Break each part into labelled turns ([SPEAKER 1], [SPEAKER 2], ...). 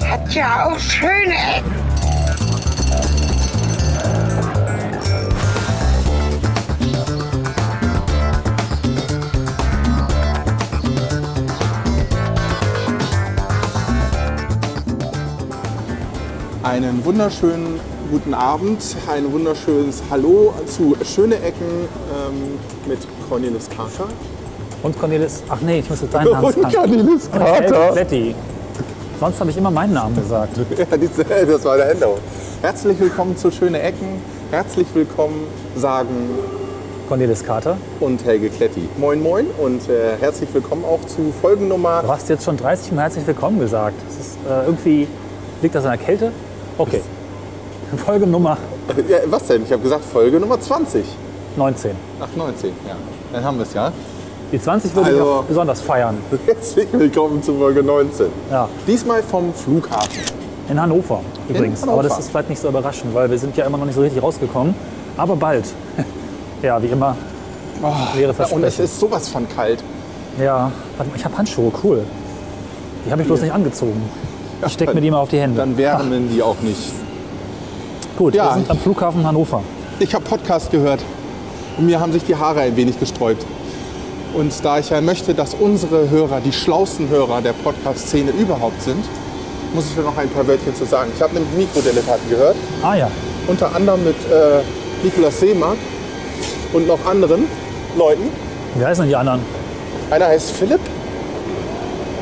[SPEAKER 1] gibt ja auch schöne Ecken.
[SPEAKER 2] Einen wunderschönen guten Abend, ein wunderschönes Hallo zu Schöne Ecken ähm, mit Cornelis Kater.
[SPEAKER 3] Und Cornelis. Ach nee, ich musste deinen Namen
[SPEAKER 2] Und
[SPEAKER 3] sagen.
[SPEAKER 2] Cornelis
[SPEAKER 3] Und Elf
[SPEAKER 2] Kater.
[SPEAKER 3] Kletti. Sonst habe ich immer meinen Namen gesagt.
[SPEAKER 2] Ja, diese- das war der Änderung. Herzlich willkommen zu Schöne Ecken. Herzlich willkommen, sagen
[SPEAKER 3] Cornelis Kater.
[SPEAKER 2] und Helge Kletti. Moin, moin und äh, herzlich willkommen auch zu Folgennummer
[SPEAKER 3] Du hast jetzt schon 30 Mal herzlich willkommen gesagt. Das ist, äh, irgendwie liegt das an der Kälte? Okay. Folgenummer
[SPEAKER 2] äh, Ja, was denn? Ich habe gesagt Folge Nummer 20.
[SPEAKER 3] 19.
[SPEAKER 2] Ach, 19, ja. Dann haben wir es ja.
[SPEAKER 3] Die 20 würde ich
[SPEAKER 2] Also-
[SPEAKER 3] auch besonders feiern.
[SPEAKER 2] Herzlich willkommen zu Folge 19.
[SPEAKER 3] Ja.
[SPEAKER 2] Diesmal vom Flughafen.
[SPEAKER 3] In Hannover übrigens.
[SPEAKER 2] Hannover.
[SPEAKER 3] Aber das ist vielleicht nicht so überraschend, weil wir sind ja immer noch nicht so richtig rausgekommen. Aber bald. ja, wie immer.
[SPEAKER 2] Oh, Und
[SPEAKER 3] Wäre
[SPEAKER 2] es
[SPEAKER 3] versprechen.
[SPEAKER 2] ist sowas von kalt.
[SPEAKER 3] Ja, warte mal, ich habe Handschuhe, cool. Die habe ich bloß nicht angezogen. Ich stecke mir die mal auf die Hände.
[SPEAKER 2] Dann wären die auch nicht.
[SPEAKER 3] Gut,
[SPEAKER 2] Ja.
[SPEAKER 3] wir sind am Flughafen Hannover.
[SPEAKER 2] Ich habe Podcast gehört und mir haben sich die Haare ein wenig gesträubt. Und da ich ja möchte, dass unsere Hörer die schlausten Hörer der Podcast-Szene überhaupt sind, muss ich da noch ein paar Wörtchen zu sagen. Ich habe nämlich Mikrodilettanten gehört,
[SPEAKER 3] Ah ja,
[SPEAKER 2] unter anderem mit äh, Niklas Seemark und noch anderen Leuten.
[SPEAKER 3] wie heißen denn die anderen?
[SPEAKER 2] Einer heißt Philipp.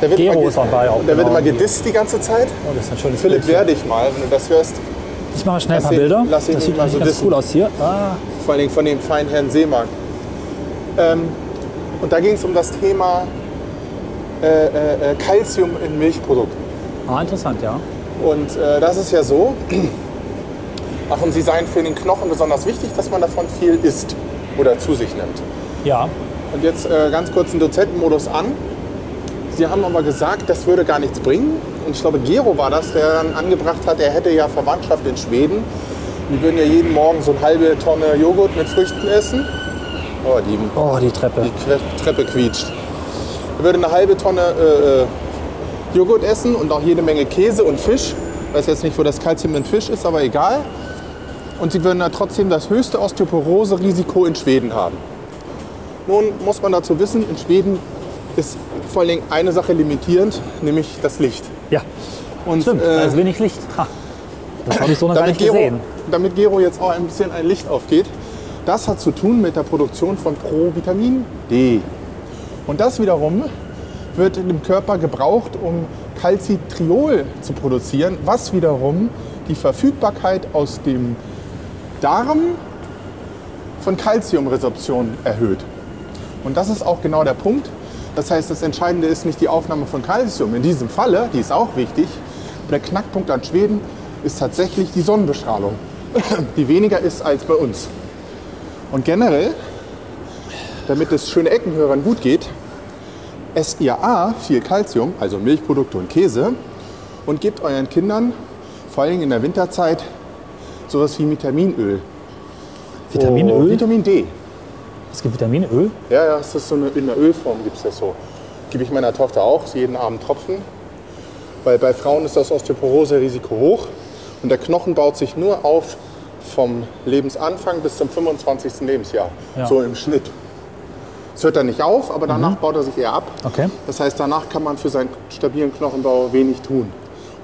[SPEAKER 2] Der wird,
[SPEAKER 3] Gero
[SPEAKER 2] immer, ge-
[SPEAKER 3] ist dabei auch,
[SPEAKER 2] der wird
[SPEAKER 3] genau.
[SPEAKER 2] immer gedisst die ganze Zeit.
[SPEAKER 3] Oh, das ist ein schönes
[SPEAKER 2] Philipp,
[SPEAKER 3] Bild.
[SPEAKER 2] wehr dich mal, wenn du das hörst.
[SPEAKER 3] Ich mache schnell
[SPEAKER 2] Lass
[SPEAKER 3] ein paar
[SPEAKER 2] ihn-
[SPEAKER 3] Bilder.
[SPEAKER 2] lass ihn
[SPEAKER 3] das sieht
[SPEAKER 2] mal
[SPEAKER 3] eigentlich
[SPEAKER 2] so
[SPEAKER 3] ganz
[SPEAKER 2] wissen.
[SPEAKER 3] cool aus hier. Ah,
[SPEAKER 2] Vor allen Dingen von dem feinen Herrn Seemark. Ähm, und da ging es um das Thema äh, äh, äh, Calcium in Milchprodukten.
[SPEAKER 3] ah, interessant, ja.
[SPEAKER 2] Und äh, das ist ja so. Ach, und sie seien für den Knochen besonders wichtig, dass man davon viel isst oder zu sich nimmt.
[SPEAKER 3] Ja,
[SPEAKER 2] Und jetzt äh, ganz kurz den Dozentenmodus an. Sie haben aber gesagt, das würde gar nichts bringen. Und ich glaube, Gero war das, der dann angebracht hat, er hätte ja Verwandtschaft in Schweden. Die würden ja jeden Morgen so eine halbe Tonne Joghurt mit Früchten essen. Oh, die,
[SPEAKER 3] oh, die Treppe.
[SPEAKER 2] die Kre- Treppe quietscht. Er würde eine halbe Tonne äh, äh, Joghurt essen und auch jede Menge Käse und Fisch. Ich weiß jetzt nicht, wo das Kalzium in Fisch ist, aber egal. Und sie würden da trotzdem das höchste Osteoporose-Risiko in Schweden haben. Nun muss man dazu wissen, in Schweden ist vor allen Dingen eine Sache limitierend, nämlich das Licht.
[SPEAKER 3] Ja,
[SPEAKER 2] Und äh,
[SPEAKER 3] stimmt, da ist wenig Licht. Ha. Das habe ich so noch gar nicht
[SPEAKER 2] Gero,
[SPEAKER 3] gesehen.
[SPEAKER 2] damit Gero jetzt auch ein bisschen ein Licht aufgeht, das hat zu tun mit der Produktion von Provitamin D. Und das wiederum wird in dem Körper gebraucht, um Calcitriol zu produzieren, was wiederum die Verfügbarkeit aus dem Darm von Calciumresorption erhöht. Und das ist auch genau der Punkt. Das heißt, das Entscheidende ist nicht die Aufnahme von Calcium. In diesem Falle, die ist auch wichtig, aber der Knackpunkt an Schweden ist tatsächlich die Sonnenbestrahlung, die weniger ist als bei uns. Und generell, damit es schöne Eckenhörern gut geht, esst ihr A viel Calcium, also Milchprodukte und Käse, und gebt euren Kindern, vor allem in der Winterzeit, sowas wie Vitaminöl. Oh,
[SPEAKER 3] Vitaminöl?
[SPEAKER 2] Vitamin D.
[SPEAKER 3] Es gibt Vitaminöl.
[SPEAKER 2] Ja, ja, es ist so eine, in der Ölform gibt es das so. Gebe ich meiner Tochter auch, so jeden Abend Tropfen. Weil bei Frauen ist das Osteoporose-Risiko hoch und der Knochen baut sich nur auf vom Lebensanfang bis zum 25. Lebensjahr.
[SPEAKER 3] Ja. Mhm.
[SPEAKER 2] So im Schnitt. Es hört dann nicht auf, aber danach baut er sich eher ab.
[SPEAKER 3] Okay.
[SPEAKER 2] Das heißt, danach kann man für seinen stabilen Knochenbau wenig tun.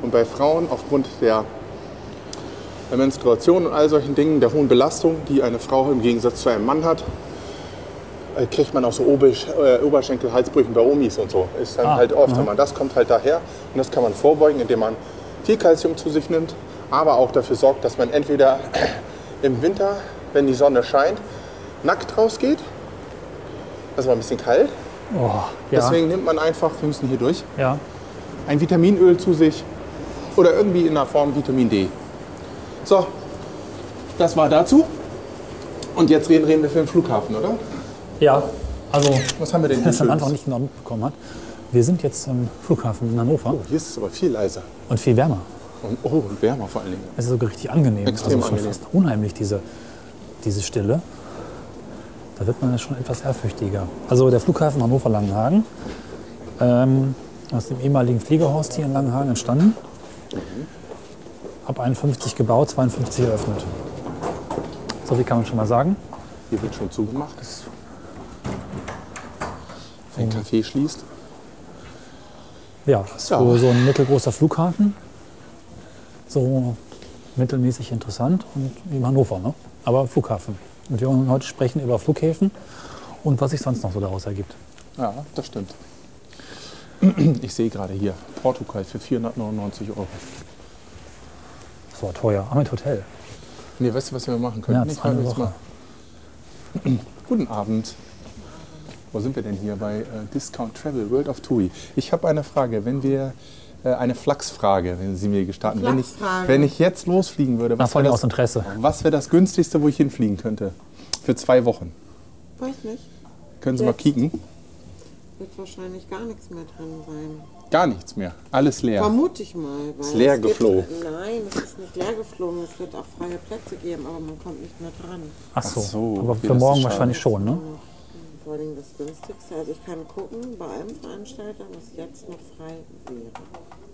[SPEAKER 2] Und bei Frauen aufgrund der der Menstruation und all solchen Dingen, der hohen Belastung, die eine Frau im Gegensatz zu einem Mann hat, äh, kriegt man auch so Obersch äh, Oberschenkel-Halsbrüchen bei Omis und so. Ist dann
[SPEAKER 3] Ah,
[SPEAKER 2] halt oft, wenn man das kommt halt daher. Und das kann man vorbeugen, indem man viel Kalzium zu sich nimmt, aber auch dafür sorgt, dass man entweder im Winter, wenn die Sonne scheint, nackt rausgeht. Das war ein bisschen kalt.
[SPEAKER 3] Oh, ja,
[SPEAKER 2] Deswegen nimmt man einfach, wir müssen hier durch,
[SPEAKER 3] ja.
[SPEAKER 2] ein Vitaminöl zu sich oder irgendwie in der Form Vitamin D. So, das war dazu. Und jetzt reden, reden wir für den Flughafen, oder?
[SPEAKER 3] Ja, also,
[SPEAKER 2] Was haben wir denn hier?
[SPEAKER 3] das man
[SPEAKER 2] Schönes?
[SPEAKER 3] einfach nicht genau mitbekommen hat. Wir sind jetzt am Flughafen in Hannover
[SPEAKER 2] Hier ist es aber viel leiser.
[SPEAKER 3] und viel wärmer.
[SPEAKER 2] Und, oh, und wärmer vor allen Dingen.
[SPEAKER 3] Es ist Also sogar richtig angenehm.
[SPEAKER 2] Extrem
[SPEAKER 3] also schon
[SPEAKER 2] angenehm.
[SPEAKER 3] fast unheimlich, diese, diese Stille. Da wird man ja schon etwas ehrfürchtiger. Also der Flughafen Hannover-Langenhagen, ähm, aus dem ehemaligen Fliegerhorst hier in Langenhagen entstanden, Ab 51 gebaut, 52 eröffnet. So viel kann man schon mal sagen.
[SPEAKER 2] Hier wird schon zugemacht. Ein Café schließt.
[SPEAKER 3] Ja, ist
[SPEAKER 2] Ja.
[SPEAKER 3] so- so ein mittelgroßer Flughafen. So mittelmäßig interessant und wie Hannover, ne? aber Flughafen. Und wir wollen heute sprechen über Flughäfen und was sich sonst noch so daraus ergibt.
[SPEAKER 2] Ja, das stimmt. Ich sehe gerade hier Portugal für 499 Euro.
[SPEAKER 3] Das war teuer, aber mit Hotel.
[SPEAKER 2] Nee, weißt du, was wir machen können?
[SPEAKER 3] Ja, zwei
[SPEAKER 2] frage
[SPEAKER 3] Wochen.
[SPEAKER 2] Guten Abend. Wo sind wir denn hier? Bei äh, Discount Travel, World of TUI. Ich habe eine Frage. Wenn wir, äh, eine Flachsfrage, wenn Sie mir gestatten. Wenn ich,
[SPEAKER 1] Flachsfrage.
[SPEAKER 2] wenn ich jetzt losfliegen würde,
[SPEAKER 3] Ach,
[SPEAKER 2] was
[SPEAKER 3] vor
[SPEAKER 2] wäre
[SPEAKER 3] allem aus
[SPEAKER 2] das,
[SPEAKER 3] Interesse.
[SPEAKER 2] was wär das günstigste, wo ich hinfliegen könnte? Für zwei Wochen.
[SPEAKER 1] Weiß nicht.
[SPEAKER 2] Können Sie mal
[SPEAKER 1] Jetzt.
[SPEAKER 2] kicken?
[SPEAKER 1] Wird wahrscheinlich gar nichts mehr drin sein.
[SPEAKER 2] Gar nichts mehr. Alles leer.
[SPEAKER 1] Vermute ich mal. Weil
[SPEAKER 2] Ist leer
[SPEAKER 1] es wird-
[SPEAKER 2] geflogen.
[SPEAKER 1] Nein, es ist nicht leer geflogen. Es wird auch freie Plätze geben, aber man kommt nicht mehr dran.
[SPEAKER 3] Ach so,
[SPEAKER 2] Ach so,
[SPEAKER 3] aber
[SPEAKER 2] okay,
[SPEAKER 3] für
[SPEAKER 2] das ist
[SPEAKER 3] morgen
[SPEAKER 2] schade.
[SPEAKER 3] wahrscheinlich schon, ne?
[SPEAKER 1] Vor allem das günstigste. Also ich kann gucken bei einem Veranstalter, was jetzt noch frei wäre.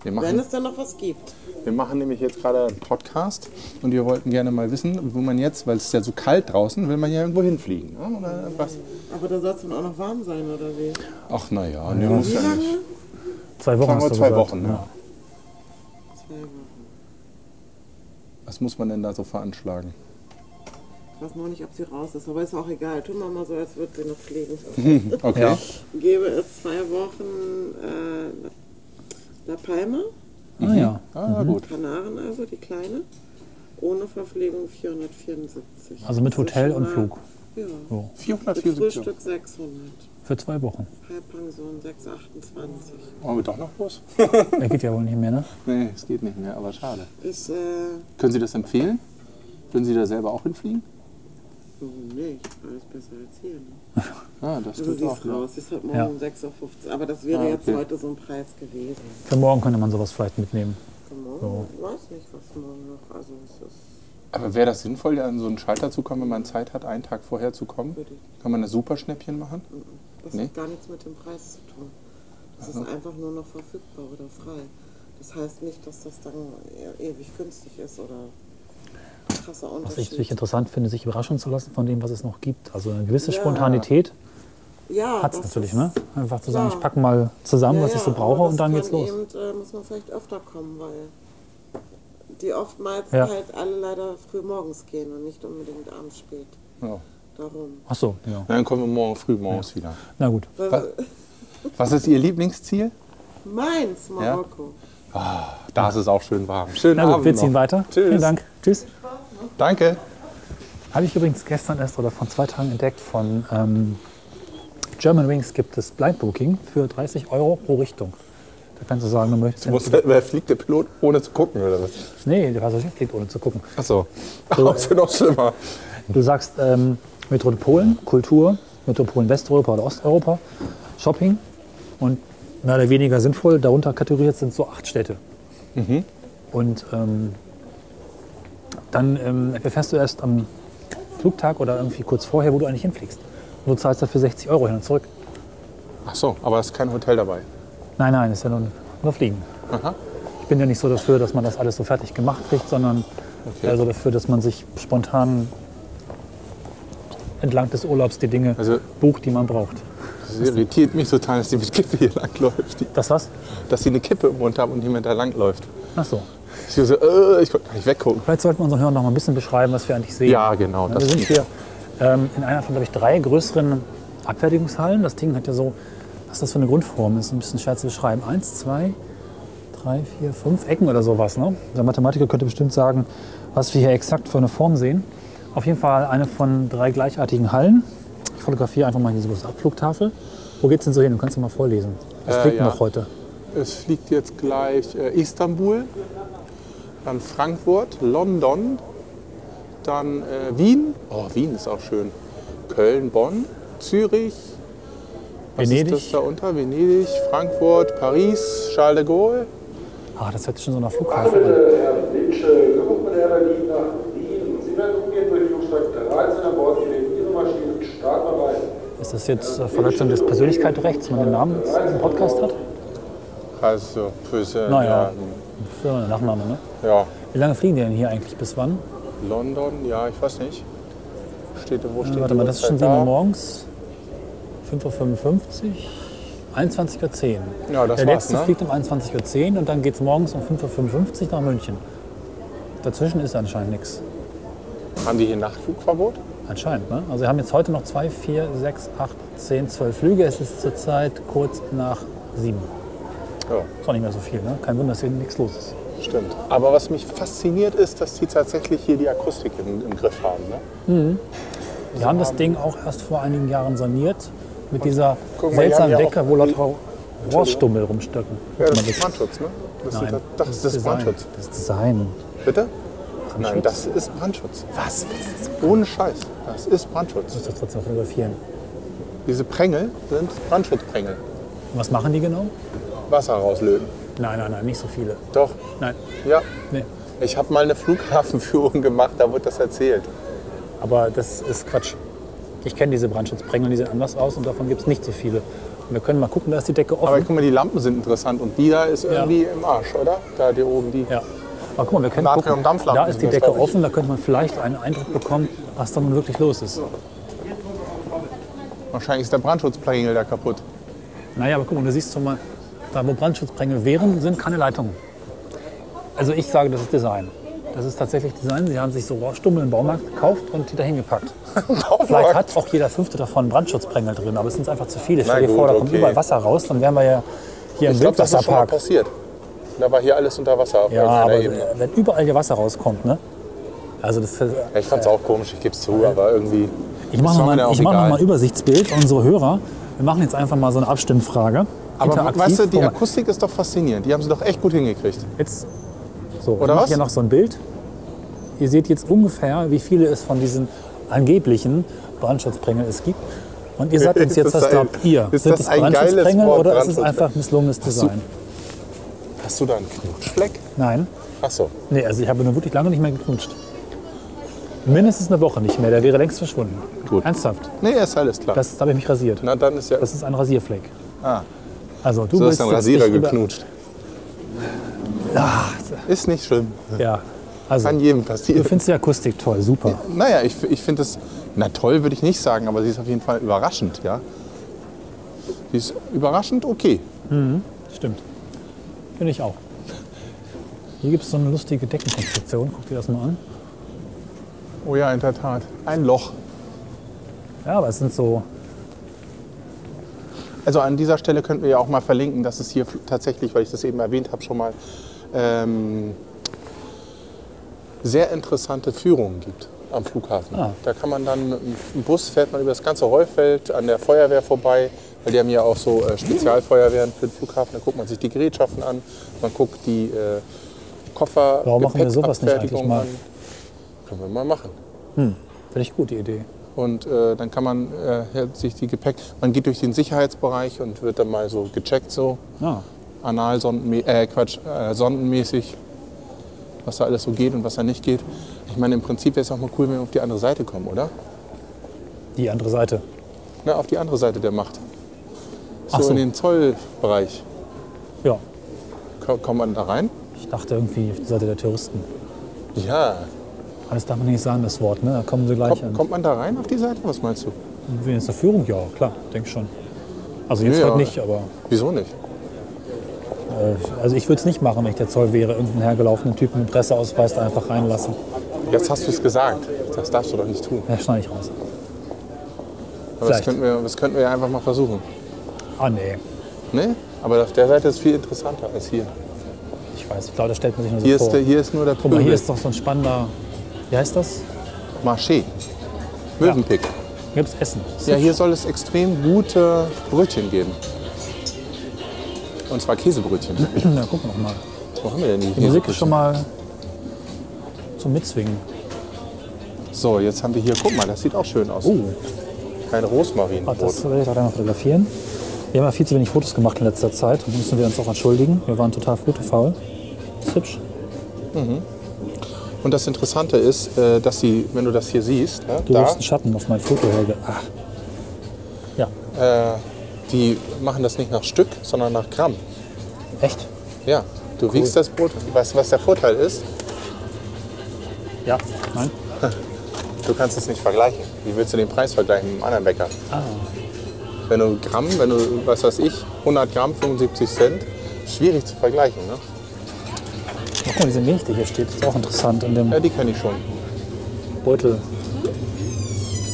[SPEAKER 2] Wir
[SPEAKER 1] Wenn
[SPEAKER 2] machen,
[SPEAKER 1] es dann noch was gibt.
[SPEAKER 2] wir machen nämlich jetzt gerade einen Podcast und wir wollten gerne mal wissen, wo man jetzt, weil es ist ja so kalt draußen, will man ja irgendwo hinfliegen. Ne? Oder was?
[SPEAKER 1] Aber da soll es dann auch noch warm sein, oder wie?
[SPEAKER 2] Ach naja, nee, muss
[SPEAKER 1] Wie
[SPEAKER 2] ja nicht.
[SPEAKER 1] lange?
[SPEAKER 3] Zwei Wochen.
[SPEAKER 2] Sagen
[SPEAKER 3] hast
[SPEAKER 2] wir
[SPEAKER 3] du
[SPEAKER 2] zwei
[SPEAKER 3] gesagt.
[SPEAKER 2] Wochen. Ne?
[SPEAKER 3] Ja.
[SPEAKER 1] Zwei Wochen.
[SPEAKER 2] Was muss man denn da so veranschlagen?
[SPEAKER 1] Ich weiß noch nicht, ob sie raus ist, aber ist auch egal. Tun wir mal so, als würde sie noch fliegen.
[SPEAKER 2] Okay.
[SPEAKER 3] Ja.
[SPEAKER 1] gäbe es zwei Wochen äh, La Palma,
[SPEAKER 3] Ah, ja.
[SPEAKER 2] Ah, gut.
[SPEAKER 1] Kanaren also, die kleine, ohne Verpflegung 474.
[SPEAKER 3] Also mit
[SPEAKER 1] Das ist
[SPEAKER 3] Hotel
[SPEAKER 1] schon
[SPEAKER 3] und
[SPEAKER 1] mal-
[SPEAKER 3] Flug
[SPEAKER 1] Ja, mit
[SPEAKER 2] 474 Euro.
[SPEAKER 1] Frühstück 600,
[SPEAKER 3] für zwei Wochen.
[SPEAKER 1] Halbpension 628.
[SPEAKER 2] Wollen wir doch noch los?
[SPEAKER 3] Der geht ja wohl nicht mehr, ne?
[SPEAKER 2] Nee, es geht nicht mehr, aber schade.
[SPEAKER 1] Ist, äh,
[SPEAKER 2] Können Sie das empfehlen? Würden Sie da selber auch hinfliegen?
[SPEAKER 1] warum nicht? Alles besser als hier. Ne?
[SPEAKER 2] Ja, das
[SPEAKER 1] Also
[SPEAKER 2] tut
[SPEAKER 1] sie ist
[SPEAKER 2] auch. Ne?
[SPEAKER 1] raus, sie ist heute Morgen
[SPEAKER 3] Ja.
[SPEAKER 1] um 6.15 Uhr, aber das wäre
[SPEAKER 2] Ah,
[SPEAKER 1] jetzt
[SPEAKER 2] okay.
[SPEAKER 1] heute so ein Preis gewesen.
[SPEAKER 3] Für morgen könnte man sowas vielleicht mitnehmen.
[SPEAKER 1] Für morgen, ich weiß nicht, was morgen noch, also es ist...
[SPEAKER 2] Aber wäre das sinnvoll, an so einen Schalter zu kommen, wenn man Zeit hat, einen Tag vorher zu kommen?
[SPEAKER 1] Würde
[SPEAKER 2] Kann man ein Superschnäppchen machen?
[SPEAKER 1] Das
[SPEAKER 2] Nee?
[SPEAKER 1] hat gar nichts mit dem Preis zu tun. Das ist einfach nur noch verfügbar oder frei. Das heißt nicht, dass das dann e- ewig günstig ist oder krasser
[SPEAKER 3] Was ich
[SPEAKER 1] Unterschied.
[SPEAKER 3] natürlich interessant finde, sich überraschen zu lassen von dem, was es noch gibt. Also eine gewisse
[SPEAKER 1] Ja.
[SPEAKER 3] Spontanität
[SPEAKER 1] ja,
[SPEAKER 3] hat es
[SPEAKER 1] das
[SPEAKER 3] natürlich,
[SPEAKER 1] ist-
[SPEAKER 3] ne? Einfach zu sagen,
[SPEAKER 1] Ja.
[SPEAKER 3] ich packe mal zusammen,
[SPEAKER 1] Ja,
[SPEAKER 3] was ich
[SPEAKER 1] ja,
[SPEAKER 3] so brauche
[SPEAKER 1] aber
[SPEAKER 3] und dann geht's
[SPEAKER 1] das kann
[SPEAKER 3] los.
[SPEAKER 1] Eben, äh, muss man vielleicht öfter kommen, weil die oftmals
[SPEAKER 3] Ja.
[SPEAKER 1] halt alle leider früh morgens gehen und nicht unbedingt abends spät.
[SPEAKER 2] Ja.
[SPEAKER 1] Darum.
[SPEAKER 3] Ach so, ja.
[SPEAKER 2] Dann kommen wir morgen früh morgens wieder.
[SPEAKER 3] Na gut.
[SPEAKER 1] Weil-
[SPEAKER 2] Was? Was ist Ihr Lieblingsziel?
[SPEAKER 1] Mainz, Marokko.
[SPEAKER 2] Da ist es auch schön warm. Also, Schönen
[SPEAKER 3] Na gut,
[SPEAKER 2] Abend
[SPEAKER 3] wir ziehen
[SPEAKER 2] noch.
[SPEAKER 3] weiter.
[SPEAKER 2] Tschüss.
[SPEAKER 3] Vielen Dank. Tschüss.
[SPEAKER 2] Danke.
[SPEAKER 3] Habe ich übrigens gestern erst oder vor zwei Tagen entdeckt, von ähm, German Wings gibt es Blind Booking für 30 Euro pro Richtung. Da kannst du sagen, du möchtest.
[SPEAKER 2] Muss, wer fliegt der Pilot, ohne zu gucken oder was?
[SPEAKER 3] Nee, der Passagier fliegt ohne zu gucken.
[SPEAKER 2] Achso. Das wird noch schlimmer.
[SPEAKER 3] Du sagst ähm, Metropolen, Kultur, Metropolen Westeuropa oder Osteuropa, Shopping und mehr oder weniger sinnvoll. Darunter kategoriert sind so acht Städte. Und ähm, dann ähm, erfährst du erst am Flugtag oder irgendwie kurz vorher, wo du eigentlich hinfliegst. Und du zahlst dafür 60 Euro hin und zurück.
[SPEAKER 2] Achso, aber es ist kein Hotel dabei.
[SPEAKER 3] Nein, nein, ist ja nur, nur Fliegen.
[SPEAKER 2] Aha.
[SPEAKER 3] Ich bin ja nicht so dafür, dass man das alles so fertig gemacht kriegt, sondern
[SPEAKER 2] Okay.
[SPEAKER 3] eher so dafür, dass man sich spontan entlang des Urlaubs die Dinge
[SPEAKER 2] Also-
[SPEAKER 3] bucht, die man braucht.
[SPEAKER 2] Das irritiert mich total, dass die mit Kippe hier langläuft. Die-
[SPEAKER 3] Das was?
[SPEAKER 2] Dass sie eine Kippe im Mund haben und jemand da langläuft.
[SPEAKER 3] Ach so.
[SPEAKER 2] Ich so, äh, ich konnte gar nicht weggucken.
[SPEAKER 3] Vielleicht sollten wir unseren Hörern noch mal ein bisschen beschreiben, was wir eigentlich sehen.
[SPEAKER 2] Ja, genau.
[SPEAKER 3] Wir
[SPEAKER 2] Das
[SPEAKER 3] sind hier ähm, in einer von, glaube ich, drei größeren Abfertigungshallen. Das Ding hat ja so, was ist das für eine Grundform? Das ist ein bisschen schwer zu beschreiben. Eins, zwei, drei, vier, fünf Ecken oder sowas. Ne? Der Mathematiker könnte bestimmt sagen, was wir hier exakt für eine Form sehen. Auf jeden Fall eine von drei gleichartigen Hallen. Ich fotografiere einfach mal diese große Abflugtafel. Wo geht's denn so hin? Du kannst ja mal vorlesen. Was
[SPEAKER 2] Äh,
[SPEAKER 3] fliegt
[SPEAKER 2] ja.
[SPEAKER 3] noch heute?
[SPEAKER 2] es fliegt jetzt gleich äh, Istanbul, dann Frankfurt, London, dann äh, Wien. Oh, Wien ist auch schön. Köln, Bonn, Zürich. Was
[SPEAKER 3] Venedig.
[SPEAKER 2] ist das da unter? Venedig, Frankfurt, Paris, Charles de Gaulle.
[SPEAKER 3] Ah, das hört sich schon so nach Flughafen an.
[SPEAKER 4] Herr Litsche, Gruppenherr Berlin nach Wien. Sie werden umgehend durch Flugstrecke 13 an Bord gelegt. Ihre Maschinen starten bereit.
[SPEAKER 3] Ist das jetzt äh, Verletzung des Persönlichkeitsrechts, wenn man den Namen im Podcast hat?
[SPEAKER 2] Also, Püsse,
[SPEAKER 3] Naja, für eine Nachname, ne?
[SPEAKER 2] ja. Ja,
[SPEAKER 3] Wie lange fliegen die denn hier eigentlich? Bis wann?
[SPEAKER 2] London, ja, ich weiß nicht. Steht, wo steht
[SPEAKER 3] Äh, warte
[SPEAKER 2] die
[SPEAKER 3] mal, das ist schon
[SPEAKER 2] Uhrzeit
[SPEAKER 3] 7 Uhr
[SPEAKER 2] halt da?
[SPEAKER 3] morgens. 5.55 Uhr. 21.10 Uhr.
[SPEAKER 2] Ja, das
[SPEAKER 3] Der
[SPEAKER 2] war's,
[SPEAKER 3] letzte
[SPEAKER 2] ne?
[SPEAKER 3] fliegt um 21.10 Uhr und dann geht es morgens um 5.55 Uhr nach München. Dazwischen ist anscheinend nichts.
[SPEAKER 2] Haben die hier Nachtflugverbot?
[SPEAKER 3] Anscheinend, ne? Also wir haben jetzt heute noch 2, 4, 6, 8, 10, 12 Flüge. Es ist zurzeit kurz nach 7.
[SPEAKER 2] Ja,
[SPEAKER 3] Ist auch nicht mehr so viel, ne? Kein Wunder, dass hier nichts los ist.
[SPEAKER 2] stimmt. Aber was mich fasziniert ist, dass die tatsächlich hier die Akustik im, im Griff haben. Ne?
[SPEAKER 3] Wir haben das Ding auch erst vor einigen Jahren saniert mit dieser
[SPEAKER 2] guck mal, die
[SPEAKER 3] seltsamen
[SPEAKER 2] haben ja
[SPEAKER 3] Decke,
[SPEAKER 2] auch-
[SPEAKER 3] wo Leute Rohrstummel rumstöcken.
[SPEAKER 2] Ja,
[SPEAKER 3] Guck
[SPEAKER 2] das
[SPEAKER 3] mal,
[SPEAKER 2] ist Brandschutz, ne? Das,
[SPEAKER 3] Nein,
[SPEAKER 2] ist, das, das ist das Brandschutz.
[SPEAKER 3] Das ist Design.
[SPEAKER 2] Bitte? Nein,
[SPEAKER 3] Brandschutz?
[SPEAKER 2] das ist Brandschutz. Was? Ohne Scheiß. Das ist Brandschutz.
[SPEAKER 3] Das ist trotzdem fotografieren.
[SPEAKER 2] Diese Prängel sind Brandschutzprängel.
[SPEAKER 3] Und was machen die genau?
[SPEAKER 2] Wasser rauslöten.
[SPEAKER 3] Nein, nein, nein, nicht so viele.
[SPEAKER 2] Doch.
[SPEAKER 3] Nein,
[SPEAKER 2] Ja.
[SPEAKER 3] nee.
[SPEAKER 2] Ich habe mal eine Flughafenführung gemacht, da wurde das erzählt.
[SPEAKER 3] Aber das ist Quatsch. Ich kenne diese Brandschutzprängel, die sehen anders aus und davon gibt es nicht so viele. Und wir können mal gucken, da ist die Decke
[SPEAKER 2] Aber
[SPEAKER 3] offen.
[SPEAKER 2] guck mal, die Lampen sind interessant und die da ist irgendwie im Arsch, oder? Da, die oben, die.
[SPEAKER 3] ja. Aber guck mal, wir können gucken,
[SPEAKER 2] Natriumdampflampen
[SPEAKER 3] da ist die
[SPEAKER 2] sind das,
[SPEAKER 3] Decke
[SPEAKER 2] glaub ich.
[SPEAKER 3] offen, da könnte man vielleicht einen Eindruck bekommen, was da nun wirklich los ist.
[SPEAKER 2] Wahrscheinlich ist der Brandschutzprängel da kaputt.
[SPEAKER 3] Naja, aber guck mal, du siehst schon mal, da wo Brandschutzpränge wären, sind keine Leitungen. Also ich sage, das ist Design. Das ist tatsächlich Design. Sie haben sich so Rohrstummel im Baumarkt gekauft und die dahin gepackt. Vielleicht hat auch jeder fünfte davon Brandschutzprängel drin, aber es sind einfach zu viele. Stell dir
[SPEAKER 2] gut,
[SPEAKER 3] vor, da kommt
[SPEAKER 2] okay.
[SPEAKER 3] überall Wasser raus, dann wären wir ja hier im
[SPEAKER 2] ich glaube, das ist schon mal
[SPEAKER 3] Wildwasserpark.
[SPEAKER 2] passiert. Da war hier alles unter Wasser auf
[SPEAKER 3] Ja,
[SPEAKER 2] irgendeiner
[SPEAKER 3] aber
[SPEAKER 2] Ebene.
[SPEAKER 3] wenn überall hier Wasser rauskommt, ne? Also das,
[SPEAKER 2] Ja, Ich fand's auch komisch, ich gebe es zu, aber irgendwie.
[SPEAKER 3] ich mache
[SPEAKER 2] Das war
[SPEAKER 3] nochmal
[SPEAKER 2] mir auch
[SPEAKER 3] noch
[SPEAKER 2] egal.
[SPEAKER 3] mal ein Übersichtsbild unsere Hörer. Wir machen jetzt einfach mal so eine Abstimmfrage.
[SPEAKER 2] Aber
[SPEAKER 3] Interaktiv.
[SPEAKER 2] weißt du, die
[SPEAKER 3] Guck mal,
[SPEAKER 2] Akustik ist doch faszinierend. Die haben sie doch echt gut hingekriegt.
[SPEAKER 3] Jetzt, so,
[SPEAKER 2] Oder
[SPEAKER 3] ich mache
[SPEAKER 2] was?
[SPEAKER 3] hier noch so ein Bild. Ihr seht jetzt ungefähr, wie viele es von diesen angeblichen Brandschutzprängeln es gibt. Und ihr sagt uns
[SPEAKER 2] Ist
[SPEAKER 3] jetzt,
[SPEAKER 2] das
[SPEAKER 3] was
[SPEAKER 2] ein-
[SPEAKER 3] glaubt ihr?
[SPEAKER 2] ist
[SPEAKER 3] Sind
[SPEAKER 2] das
[SPEAKER 3] es
[SPEAKER 2] ein geiles
[SPEAKER 3] Brandschutzprängel
[SPEAKER 2] Wort,
[SPEAKER 3] oder ist es
[SPEAKER 2] Brandschutzprä-
[SPEAKER 3] einfach misslungenes
[SPEAKER 2] du-
[SPEAKER 3] Design?
[SPEAKER 2] Hast du da einen Knutschfleck?
[SPEAKER 3] Nein.
[SPEAKER 2] Achso.
[SPEAKER 3] Nee, also ich habe nur wirklich lange nicht mehr geknutscht. Mindestens eine Woche nicht mehr, der wäre längst verschwunden.
[SPEAKER 2] Gut.
[SPEAKER 3] Ernsthaft,
[SPEAKER 2] Nee, ist alles klar.
[SPEAKER 3] das, da habe ich mich rasiert.
[SPEAKER 2] Na, dann ist ja.
[SPEAKER 3] Das ist ein Rasierfleck.
[SPEAKER 2] Ah.
[SPEAKER 3] Also du
[SPEAKER 2] Du hast
[SPEAKER 3] willst
[SPEAKER 2] am
[SPEAKER 3] jetzt
[SPEAKER 2] Rasierer
[SPEAKER 3] dich über- Ah,
[SPEAKER 2] geknutscht. Ist nicht schlimm.
[SPEAKER 3] Ja, also
[SPEAKER 2] Kann jedem
[SPEAKER 3] du
[SPEAKER 2] passieren.
[SPEAKER 3] findest die Akustik toll, super.
[SPEAKER 2] Naja, ich, ich finde es, na toll würde ich nicht sagen, aber sie ist auf jeden Fall überraschend, ja. Sie ist überraschend okay.
[SPEAKER 3] Stimmt. Finde ich auch. Hier gibt es so eine lustige Deckenkonstruktion. Guck dir das mal an.
[SPEAKER 2] Oh ja, in der Tat. Ein Loch.
[SPEAKER 3] Ja, aber es sind so.
[SPEAKER 2] Also an dieser Stelle könnten wir ja auch mal verlinken, dass es hier fl- tatsächlich, weil ich das eben erwähnt habe, schon mal ähm, sehr interessante Führungen gibt am Flughafen.
[SPEAKER 3] Ah.
[SPEAKER 2] Da kann man dann mit dem Bus fährt man über das ganze Heufeld an der Feuerwehr vorbei, weil die haben ja auch so äh, Spezialfeuerwehren für den Flughafen. Da guckt man sich die Gerätschaften an, man guckt die äh, Koffer.
[SPEAKER 3] Warum machen wir sowas nicht
[SPEAKER 2] Gepäckabfertigung
[SPEAKER 3] eigentlich mal?
[SPEAKER 2] An. Können wir mal machen.
[SPEAKER 3] Finde ich gut, die Idee.
[SPEAKER 2] Und äh, dann kann man äh, sich die Gepäck, man geht durch den Sicherheitsbereich und wird dann mal so gecheckt so,
[SPEAKER 3] Ja.
[SPEAKER 2] analsondenmäßig, äh, Quatsch, äh, sondenmäßig, was da alles so geht und was da nicht geht. Ich meine, im Prinzip wäre es auch mal cool, wenn wir auf die andere Seite kommen, oder?
[SPEAKER 3] Die andere Seite.
[SPEAKER 2] Na, auf die andere Seite der Macht. So,
[SPEAKER 3] Ach so.
[SPEAKER 2] in den Zollbereich.
[SPEAKER 3] Ja.
[SPEAKER 2] Ko- Kommt man da rein?
[SPEAKER 3] Ich dachte irgendwie auf die Seite der Terroristen.
[SPEAKER 2] Ja.
[SPEAKER 3] Aber das darf man nicht sagen, das Wort, ne? Da kommen sie gleich
[SPEAKER 2] Kommt,
[SPEAKER 3] an.
[SPEAKER 2] kommt man da rein auf die Seite? Was meinst du?
[SPEAKER 3] Wen jetzt der Führung? Ja, klar, denke schon. Also jetzt
[SPEAKER 2] Ja.
[SPEAKER 3] halt nicht, aber.
[SPEAKER 2] Wieso nicht?
[SPEAKER 3] Äh, also ich würde es nicht machen, wenn ich der Zoll wäre, irgendeinen hergelaufenen Typen mit Presseausweis da einfach reinlassen.
[SPEAKER 2] Jetzt hast du es gesagt. Das darfst du doch nicht tun.
[SPEAKER 3] Ja, schneide ich raus.
[SPEAKER 2] Aber das
[SPEAKER 3] Vielleicht.
[SPEAKER 2] könnten, wir, das könnten wir ja einfach mal versuchen.
[SPEAKER 3] Ah nee.
[SPEAKER 2] Ne? Aber auf der Seite ist viel interessanter als hier.
[SPEAKER 3] Ich weiß, ich glaube, das stellt man sich nur so
[SPEAKER 2] Hier
[SPEAKER 3] vor.
[SPEAKER 2] ist, der, hier ist nur der
[SPEAKER 3] Guck mal, hier
[SPEAKER 2] Pöbel.
[SPEAKER 3] ist doch so ein spannender. Wie heißt das?
[SPEAKER 2] Marché. Möwenpick.
[SPEAKER 3] Gibt es Essen.
[SPEAKER 2] Ja. hier soll es extrem gute Brötchen geben. Und zwar Käsebrötchen.
[SPEAKER 3] Na, guck noch mal.
[SPEAKER 2] Wo haben wir denn die,
[SPEAKER 3] Die Musik
[SPEAKER 2] Käsebrötchen?
[SPEAKER 3] ist schon mal zum Mitzwingen.
[SPEAKER 2] So, jetzt haben wir hier, guck mal, das sieht auch schön aus.
[SPEAKER 3] Oh,
[SPEAKER 2] Kein
[SPEAKER 3] ah,
[SPEAKER 2] Rosmarinbrot.
[SPEAKER 3] das werde ich auch einmal fotografieren. Wir haben ja viel zu wenig Fotos gemacht in letzter Zeit und müssen wir uns auch entschuldigen. Wir waren total fotofaul. Ist hübsch.
[SPEAKER 2] Und das Interessante ist, äh, dass sie, wenn du das hier siehst, ne,
[SPEAKER 3] Du
[SPEAKER 2] da,
[SPEAKER 3] wirfst einen Schatten auf mein Foto, Helge. Ah. Ach. Ja,
[SPEAKER 2] äh, die machen das nicht nach Stück, sondern nach Gramm.
[SPEAKER 3] Echt?
[SPEAKER 2] Ja, du wiegst das Brot. Weißt du, was der Vorteil ist?
[SPEAKER 3] Ja. Nein?
[SPEAKER 2] Du kannst es nicht vergleichen. Wie willst du den Preis vergleichen mit einem anderen Bäcker?
[SPEAKER 3] Ah.
[SPEAKER 2] Wenn du Gramm, wenn du, was weiß ich, 100 Gramm, 75 Cent, schwierig zu vergleichen. Ne?
[SPEAKER 3] Guck mal, diese Milch, die hier steht, ist auch interessant in dem
[SPEAKER 2] Ja, die kann ich schon.
[SPEAKER 3] Beutel.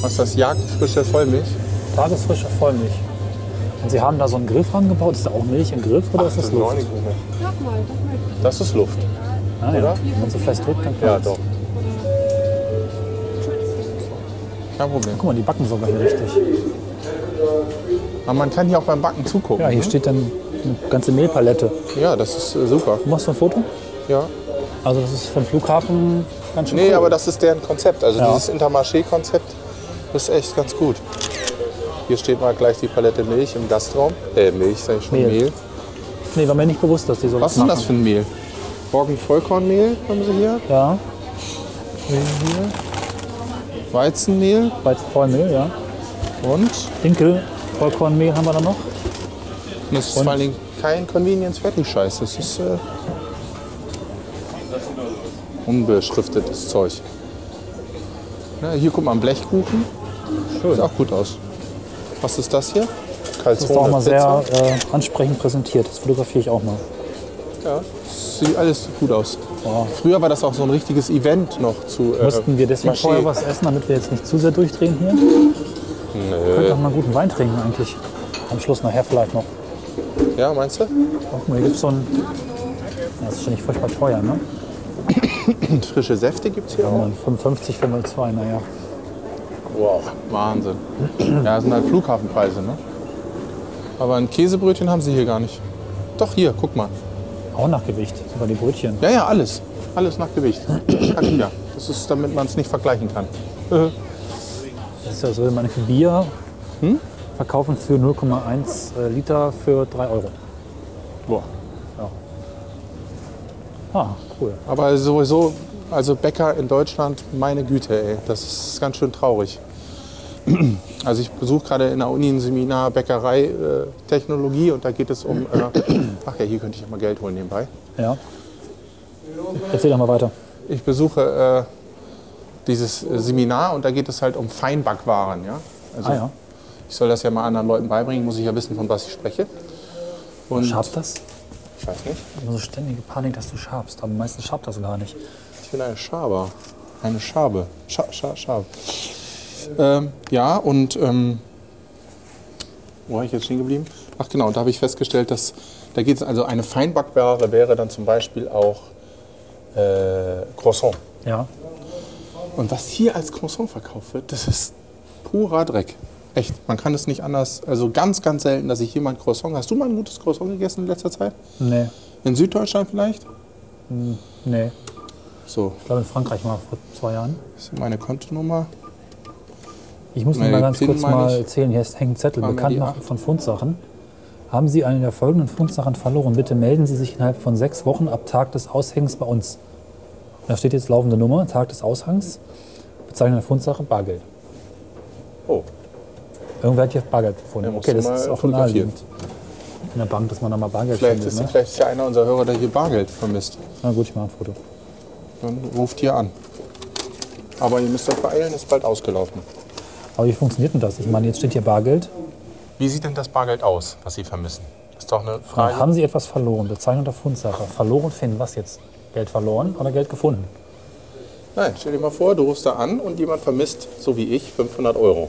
[SPEAKER 2] Was ist das? Jagdfrische Vollmilch?
[SPEAKER 3] Tagesfrische Vollmilch. Und Sie haben da so einen Griff rangebaut. Ist da auch Milch im Griff oder ist das Luft?
[SPEAKER 2] Neunigruppe.
[SPEAKER 5] Sag mal, das möchte ich.
[SPEAKER 2] Das ist Luft.
[SPEAKER 3] Ah, ja.
[SPEAKER 2] oder?
[SPEAKER 3] Wenn man so fest drückt, dann
[SPEAKER 2] Ja,
[SPEAKER 3] klappt's.
[SPEAKER 2] doch. Kein Problem.
[SPEAKER 3] Guck mal, die backen sogar hier richtig.
[SPEAKER 2] Aber man kann hier auch beim Backen zugucken.
[SPEAKER 3] Ja, hier
[SPEAKER 2] ne?
[SPEAKER 3] steht dann eine ganze Mehlpalette.
[SPEAKER 2] Ja, das ist äh, super.
[SPEAKER 3] Du machst du ein Foto?
[SPEAKER 2] Ja.
[SPEAKER 3] Also das ist vom Flughafen ganz schön
[SPEAKER 2] Nee,
[SPEAKER 3] cool.
[SPEAKER 2] aber das ist deren Konzept. Also
[SPEAKER 3] Ja.
[SPEAKER 2] dieses Intermarché-Konzept ist echt ganz gut. Hier steht mal gleich die Palette Milch im Gastraum. Äh, Milch, sag ich schon,
[SPEAKER 3] Mehl.
[SPEAKER 2] Mehl.
[SPEAKER 3] Nee, war mir nicht bewusst, dass die so
[SPEAKER 2] Was ist denn
[SPEAKER 3] machen.
[SPEAKER 2] das für ein Mehl? Roggen Vollkornmehl haben sie hier.
[SPEAKER 3] Ja,
[SPEAKER 2] Weizenmehl
[SPEAKER 3] Weizenvollmehl, ja.
[SPEAKER 2] und
[SPEAKER 3] Dinkel, Vollkornmehl haben wir da noch.
[SPEAKER 2] das ist vor allen Dingen kein Convenience-Fertigscheiß. Das ist äh, unbeschriftetes Zeug. Na, hier guck mal, ein Blechkuchen. Sieht auch gut aus. Was ist das hier?
[SPEAKER 3] Das ist auch
[SPEAKER 2] Calzone
[SPEAKER 3] mal
[SPEAKER 2] Pizza.
[SPEAKER 3] sehr äh, ansprechend präsentiert. Das fotografiere ich auch mal.
[SPEAKER 2] Ja, sieht alles gut aus. Früher war das auch so ein richtiges Event noch zu. Äh,
[SPEAKER 3] Müssten wir deswegen
[SPEAKER 2] Maché.
[SPEAKER 3] vorher was essen, damit wir jetzt nicht zu sehr durchdrehen hier? Könnten auch mal einen guten Wein trinken eigentlich. Am Schluss nachher vielleicht noch.
[SPEAKER 2] Ja, meinst du?
[SPEAKER 3] Guck mal, hier gibt es so ein... Ja, Das ist schon nicht furchtbar teuer, ne?
[SPEAKER 2] Und Hm, frische Säfte gibt es hier auch.
[SPEAKER 3] 55, 502, naja.
[SPEAKER 2] Wow, Wahnsinn. Ja, das sind halt Flughafenpreise, ne? Aber ein Käsebrötchen haben sie hier gar nicht. Doch hier, guck mal.
[SPEAKER 3] Auch nach Gewicht, sogar die Brötchen.
[SPEAKER 2] Ja, ja, alles. Alles nach Gewicht. Kack, ja. Das ist, damit man es nicht vergleichen kann. Äh,
[SPEAKER 3] Das ist ja so, wenn man ein Bier verkaufen für 0,1 äh, Liter für 3 Euro.
[SPEAKER 2] Boah.
[SPEAKER 3] Ah, cool.
[SPEAKER 2] Aber sowieso, also Bäcker in Deutschland, meine Güte, ey, das ist ganz schön traurig. Also ich besuche gerade in der Uni ein Seminar Bäckerei äh, Technologie und da geht es um, äh, ach ja, hier könnte ich auch mal Geld holen nebenbei.
[SPEAKER 3] Ja. Erzähl doch mal weiter.
[SPEAKER 2] Ich besuche äh, dieses äh, Seminar und da geht es halt um Feinbackwaren, ja. Also
[SPEAKER 3] Ah ja.
[SPEAKER 2] ich soll das ja mal anderen Leuten beibringen, muss ich ja wissen, von was ich spreche. Und
[SPEAKER 3] Schabt das?
[SPEAKER 2] ich weiß nicht,
[SPEAKER 3] Ich habe so ständige Panik, dass du schabst, aber meistens schabt das gar nicht.
[SPEAKER 2] ich bin ein Schaber, eine Schabe, Scha Scha Schabe. Ähm, ja, und ähm, wo war ich jetzt stehen geblieben? Ach genau, da habe ich festgestellt, dass da geht es also eine Feinbackware wäre dann zum Beispiel auch äh, Croissant.
[SPEAKER 3] Ja.
[SPEAKER 2] Und was hier als Croissant verkauft wird, das ist purer Dreck. Echt, man kann es nicht anders. Also ganz, ganz selten, dass ich jemand Croissant. Hast du mal ein gutes Croissant gegessen in letzter Zeit?
[SPEAKER 3] Nee,
[SPEAKER 2] In Süddeutschland vielleicht?
[SPEAKER 3] nee.
[SPEAKER 2] So,
[SPEAKER 3] Ich glaube in Frankreich mal vor zwei Jahren.
[SPEAKER 2] das ist meine Kontonummer.
[SPEAKER 3] Ich muss
[SPEAKER 2] Nee,
[SPEAKER 3] nur mal ganz
[SPEAKER 2] PIN
[SPEAKER 3] kurz
[SPEAKER 2] meine
[SPEAKER 3] mal
[SPEAKER 2] ich.
[SPEAKER 3] erzählen. Hier ist- hängen Zettel,
[SPEAKER 2] Haben wir
[SPEAKER 3] bekannt
[SPEAKER 2] die
[SPEAKER 3] machen
[SPEAKER 2] acht?
[SPEAKER 3] von Fundsachen. Haben Sie eine der folgenden Fundsachen verloren? Bitte melden Sie sich innerhalb von sechs Wochen ab Tag des Aushängens bei uns. Da steht jetzt laufende Nummer, Tag des Aushängs, Bezeichnung der Fundsache, Bargeld.
[SPEAKER 2] Oh,
[SPEAKER 3] Irgendwer hat hier Bargeld gefunden.
[SPEAKER 2] Ja, musst
[SPEAKER 3] okay,
[SPEAKER 2] du
[SPEAKER 3] das
[SPEAKER 2] mal
[SPEAKER 3] ist auch
[SPEAKER 2] fotografieren.
[SPEAKER 3] naheliegend. In der Bank, dass man da mal Bargeld
[SPEAKER 2] vielleicht ist,
[SPEAKER 3] findet. Ne?
[SPEAKER 2] vielleicht ist ja einer unserer Hörer, der hier Bargeld vermisst.
[SPEAKER 3] Na gut, ich mache ein Foto.
[SPEAKER 2] Dann ruft hier an. Aber ihr müsst euch beeilen, ist bald ausgelaufen.
[SPEAKER 3] Aber wie funktioniert denn das? Ich meine, jetzt steht hier Bargeld.
[SPEAKER 2] Wie sieht denn das Bargeld aus, was Sie vermissen? Ist doch eine
[SPEAKER 3] Dann
[SPEAKER 2] Frage.
[SPEAKER 3] haben Sie etwas verloren? Bezeichnung der Fundsache. Verloren finden, was jetzt? Geld verloren oder Geld gefunden?
[SPEAKER 2] Nein, stell dir mal vor, du rufst da an und jemand vermisst, so wie ich, 500 Euro.